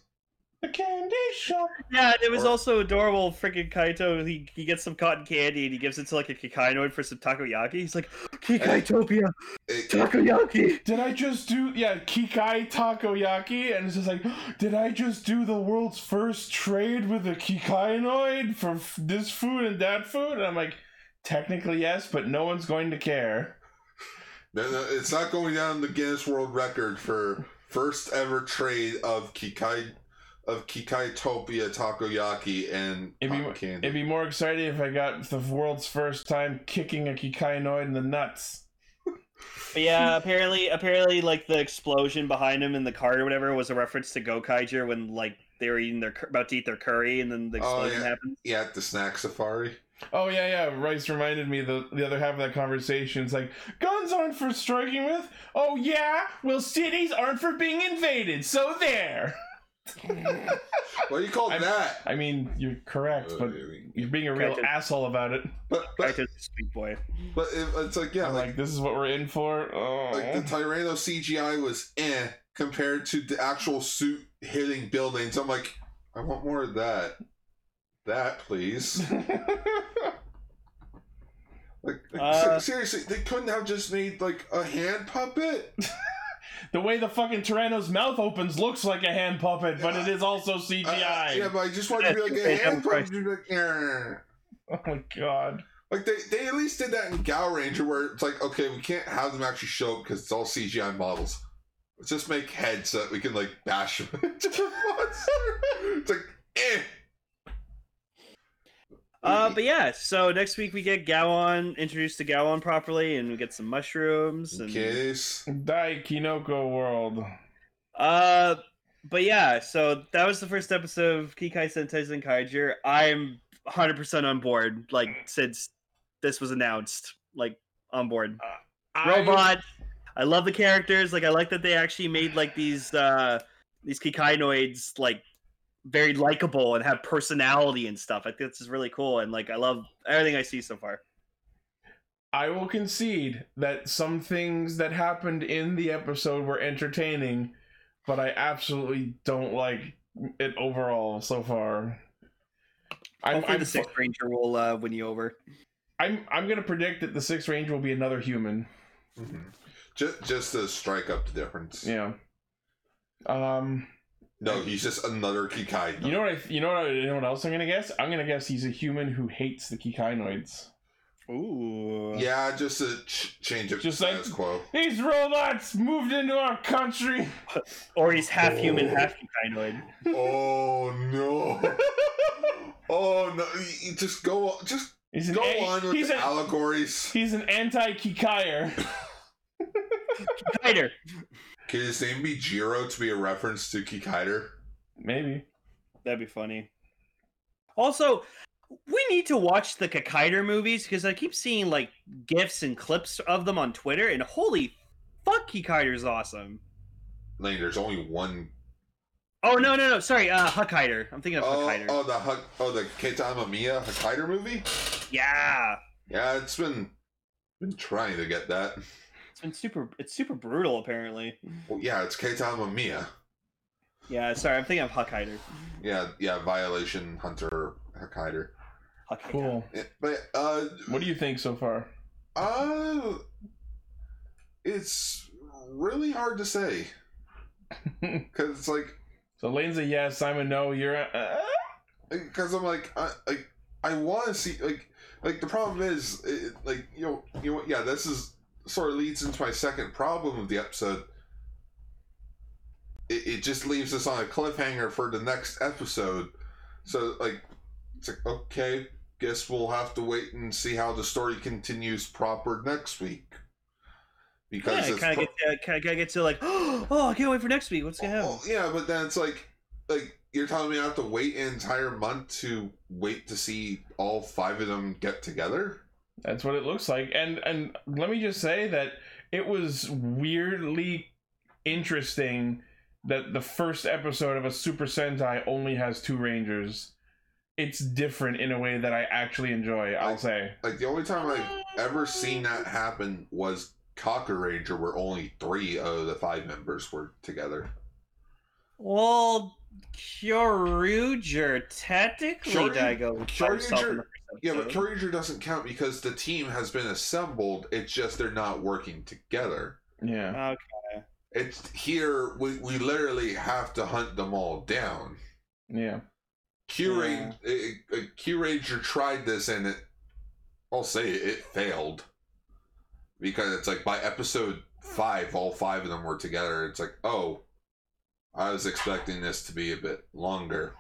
The candy shop.
Yeah, and it was
Or-
also adorable. Freaking Kaito, he, he gets some cotton candy and he gives it to like a Kikainoid for some takoyaki. He's like, Kikaitopia,
It,
takoyaki.
Did I just do yeah Kikai Takoyaki? And it's just like, did I just do the world's first trade with a Kikainoid for f- this food and that food? And I'm like, technically yes, but no one's going to care.
no, no, it's not going down the Guinness World Record for first ever trade of Kikai of Kikaitopia takoyaki and
It'd be-
cotton candy.
It'd be more exciting if I got the world's first time kicking a Kikainoid in the nuts.
But yeah, apparently, apparently, like the explosion behind him in the cart or whatever was a reference to Gokaiger when like they were eating their cur- about to eat their curry and then the
Oh,
explosion
yeah.
happened.
yeah, at the snack safari.
Oh yeah, yeah. Rice reminded me the the other half of that conversation. It's like guns aren't for striking with. Oh yeah, well cities aren't for being invaded. So there.
What do you call
I'm-
that?
I mean, you're correct,
Oh,
but you're being a real
Correct.
asshole about it.
but, but,
Kaito's a sweet boy.
but it, it's like yeah,
I'm
like
like, this is what we're in for. Oh.
like the Tyranno CGI was eh compared to the actual suit hitting buildings. I'm like, I want more of that. That please. Like, like,
Uh,
se- seriously, they couldn't have just made like a hand puppet.
the way the fucking Tyranno's mouth opens looks like a hand puppet, but it is also
Uh,
CGI.
yeah, but I just wanted to be like a
They
hand
have a price.
puppet. You're Like, "Err."
Oh my god.
Like, they, they at least did that in Gal Ranger where it's like, okay, we can't have them actually show up because it's all CGI models. Let's just make heads so that we can like bash them into the monster. It's like, eh.
Uh, but yeah, so next week we get Gowon introduced to Gowon properly, and we get some mushrooms and
Kiss.
Dai Kinoko World.
uh. But yeah, so that was the first episode of Kikai Sentai Zenkaiger. I'm 100% on board. Like since this was announced, like on board. robot. I love the characters. Like I like that they actually made like these uh these Kikainoids like very likable and have personality and stuff. I think this is really cool and like I love everything I see so far.
I will concede that some things that happened in the episode were entertaining, but I absolutely don't like it overall so far. I'm,
Hopefully
I'm,
the Sixth Ranger will uh, win you over.
I'm, I'm gonna predict that the sixth ranger will be another human.
Just, just to strike up the difference.
Yeah. Um,
No, he's just another Kikai.
you know what? I, you know what? You know what else I'm gonna guess? I'm gonna guess he's a human who hates the Kikainoids.
Ooh.
Yeah, just to ch- change up just
Just like-
status quo.
These robots moved into our country.
Or he's half human, half Kikainoid.
oh no. Oh no! You- you Just go, on- just
He's an
go
a-
on with
he's
the
an-
allegories.
He's an anti-Kikair.
Kikaider.
Can his name be Jiro to be a reference to Kikaider?
Maybe.
That'd be funny. Also, we need to watch the Kakaider movies because I keep seeing like gifs and clips of them on Twitter, and holy fuck, Kikaider's awesome.
Lane, there's only one.
Oh no, no, no! Sorry, uh, Huckider. I'm thinking of
Oh,
Huckider.
oh, the Huck- oh, the Ketama Mia Hakaider movie.
Yeah,
Yeah, it's been been trying to get that.
it's been super. It's super brutal, apparently.
Well, yeah, it's Ketama Mia.
Yeah, sorry, I'm thinking of Huckider.
Yeah, yeah, Violation Hunter Hakaider.
Huckider.
Cool.
Yeah, But uh,
What do you think so far?
uh, it's really hard to say because it's like
So Lane's a yes, I'm a no. You're a, uh,
because I'm like I, like I want to see like like the problem is it, like you know you know what, yeah this is sort of leads into my second problem of the episode. It, it just leaves us on a cliffhanger for the next episode, so like it's like okay, guess we'll have to wait and see how the story continues proper next week. Because
Yeah,
it's
kind of
pro-
get to, kind of get to like, oh, I can't wait for next week. What's gonna happen?
Oh, yeah, but then it's like, like you're telling me I have to wait an entire month to wait to see all five of them get together.
That's what it looks like. And and let me just say that it was weirdly interesting that the first episode of a Super Sentai only has two rangers. It's different in a way that I actually enjoy, I'll say.
Like the only time I've ever seen that happen was Cocker Ranger, where only three of the five members were together.
Well, Kyoruger technically
Kyoru-
Daigo
Kyoruger-
shot himself in the first
Yeah, but
episode.
Cocker Ranger doesn't count because the team has been assembled. It's just they're not working together.
Yeah.
Okay.
It's here we, we literally have to hunt them all down.
Yeah.
Q Ranger Q Ranger tried this and it I'll say it, it failed because it's like by episode five, all five of them were together. It's like oh, I was expecting this to be a bit longer.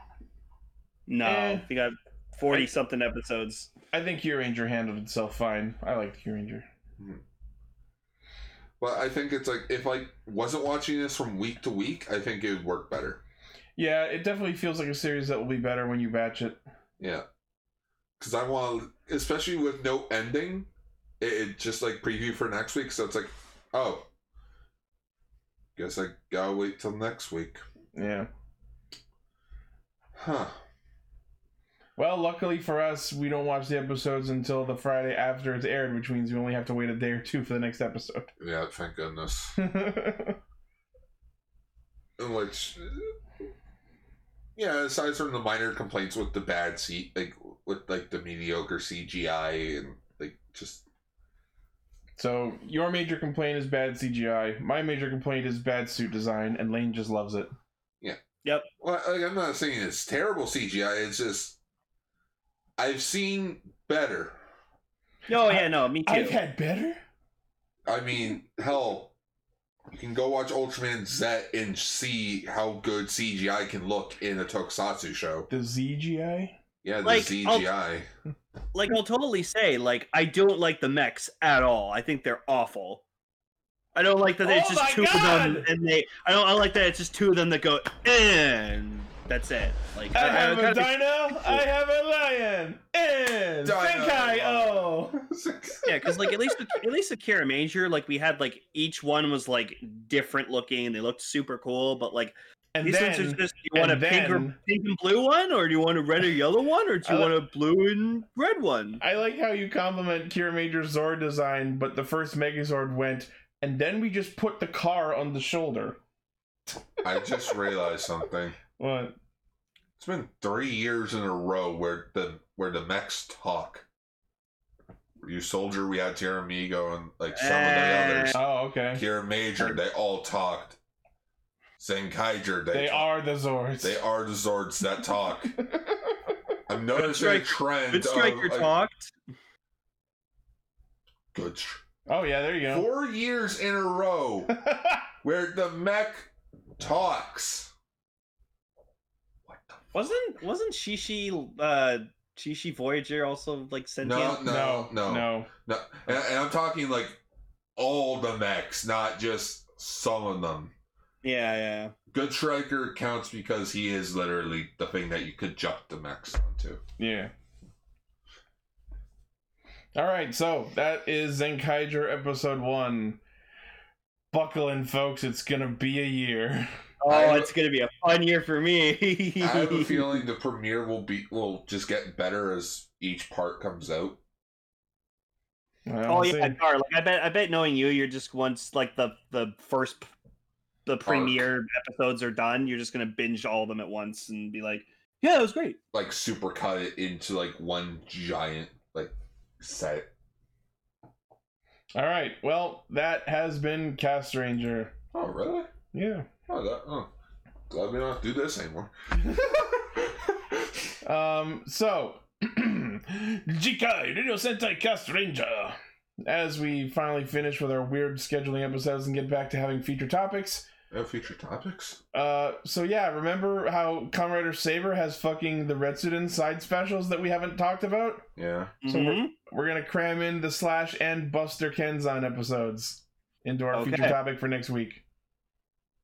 No,
Eh.
we got forty
I-
something episodes.
I think Q Ranger handled itself fine. I like Q Ranger.
But I think it's like if I wasn't watching this from week to week, I think it would work better.
Yeah, it definitely feels like a series that will be better when you batch it.
Yeah, because I want, to especially with no ending, it, it just like preview for next week. So it's like, oh, guess I gotta wait till next week,
Yeah.
huh?
Well, luckily for us, we don't watch the episodes until the Friday after it's aired, which means you only have to wait a day or two for the next episode.
Yeah, thank goodness. Which, yeah, aside from the minor complaints with the bad seat, like with like the mediocre CGI and like just
So your major complaint is bad CGI. My major complaint is bad suit design, and Lane just loves it.
Well, like, I'm not saying it's terrible CGI. It's just I've seen better.
No, yeah, no, me too.
I've had better.
I mean, hell, you can go watch Ultraman Z and see how good CGI can look in a tokusatsu show.
The ZGI.
Yeah, the
Like, I'll-
CGI.
like I'll totally say, like I don't like the mechs at all. I think they're awful. I don't like that it's
Oh my
just two of them,
God!
and they. I don't. I like that it's just two of them that go and that's it. Like
I have
kinda
a
think-
Uh, dino. I have a lion. And
Dino.
Senkai. Oh.
yeah, because like at least with- at least Akira Major, like we had like each one was like different looking. They looked super cool, but like
And
these ones are
then
just. Do you want a
and
pink or
then-
pink and blue one, or do you want a red or yellow one, or do you
I
want a blue and red one?
I like how you compliment Kira Major's Zord design, but the first Megazord went, and then we just put the car on the shoulder.
I just realized something.
What?
It's been three years in a row where the where the mechs talk. You soldier, we had Tiramigo and like some of the
Eh.
others.
Oh, okay.
Here Major, they all talked. Zenkaiger, they,
They
talk.
are the Zords.
they are the Zords that talk. I'm noticing a
Striker-
trend.
Good striker
of, like,
talked.
Good tr-
Oh yeah, there you go.
Four years in a row where the mech talks. What the?
Wasn't wasn't Shishi uh Shishi Voyager also like sentient?
No, no, no, no,
no.
And, and I'm talking like all the mechs, not just some of them.
Yeah, yeah.
Good Striker counts because he is literally the thing that you could jump the mechs onto.
Yeah. All right, so that is Zenkaiger episode one. Buckle in, folks. It's gonna be a year.
Oh,
I have-
it's gonna be a fun year for me.
I have a feeling the premiere will be will just get better as each part comes out.
Well,
Oh
we'll
yeah,
see.
Gar, like I bet I bet knowing you, you're just once like the the first p- the premiere episodes are done, you're just gonna binge all of them at once and be like, Yeah, it was great.
Like super cut it into like one giant like set.
All right. Well, that has been Cast Ranger.
Oh really?
Yeah.
Oh that oh. Glad we don't have to do this anymore.
Um. So, Jikai, Radio Sentai Cast Ranger. As we finally finish with our weird scheduling episodes and get back to having feature topics.
Uh, feature topics?
Uh, so yeah, remember how Comrade Saber has fucking the Retsuden side specials that we haven't talked about?
Yeah.
So we're-
Mhm.
We're gonna cram in the Slash and Buster Kenzan episodes into our feature
Okay.
topic for next week.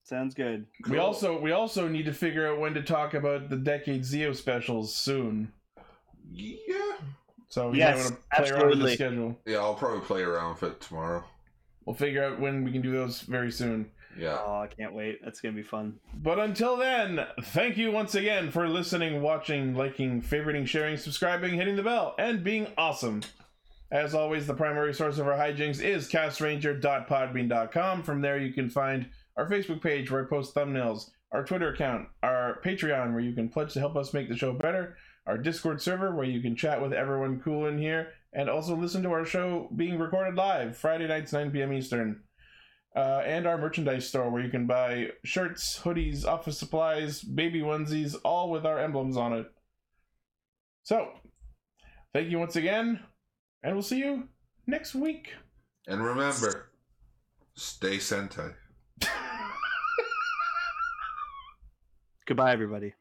Sounds good.
We also we also need to figure out when to talk about the Decade Zeo specials soon.
Yeah.
So you might
Yes,
want to play around with the
absolutely.
schedule.
Yeah, I'll probably play around with it tomorrow.
We'll figure out when we can do those very soon.
Yeah.
Oh, I can't wait. That's gonna be fun.
But until then, thank you once again for listening, watching, liking, favoriting, sharing, subscribing, hitting the bell, and being awesome. As always, the primary source of our hijinks is castranger.podbean.com. From there, you can find our Facebook page where I post thumbnails, our Twitter account, our Patreon where you can pledge to help us make the show better, our Discord server where you can chat with everyone cool in here, and also listen to our show being recorded live Friday nights, 9 p.m. Eastern. Uh, and our merchandise store where you can buy shirts, hoodies, office supplies, baby onesies, all with our emblems on it. So, thank you once again, and we'll see you next week.
And remember, stay Sentai.
Goodbye, everybody.